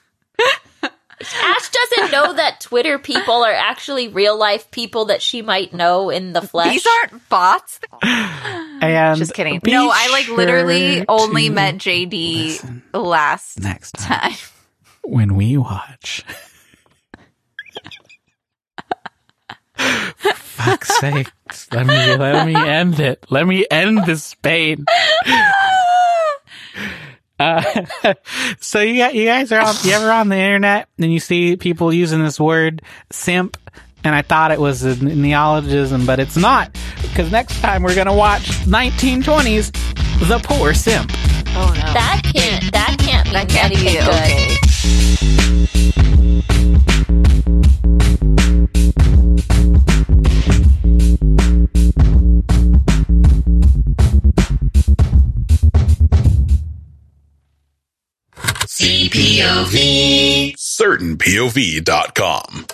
A: Ash doesn't know that Twitter people are actually real life people that she might know in the flesh.
D: These aren't bots.
C: and
D: Just kidding.
C: Um, be
D: no, I like literally
C: sure
D: only
C: to
D: met JD
C: listen
D: last
C: next time.
D: time.
C: when we watch. Fuck's sake. Let me let me end it. Let me end this pain. Uh, so you got you guys are on you ever on the internet and you see people using this word simp and I thought it was a neologism, but it's not. Because next time we're gonna watch 1920s The Poor Simp.
D: Oh no.
A: That can't. That can't mean
D: That can't be
A: anything good.
D: okay.
E: CPOV. CertainPOV.com.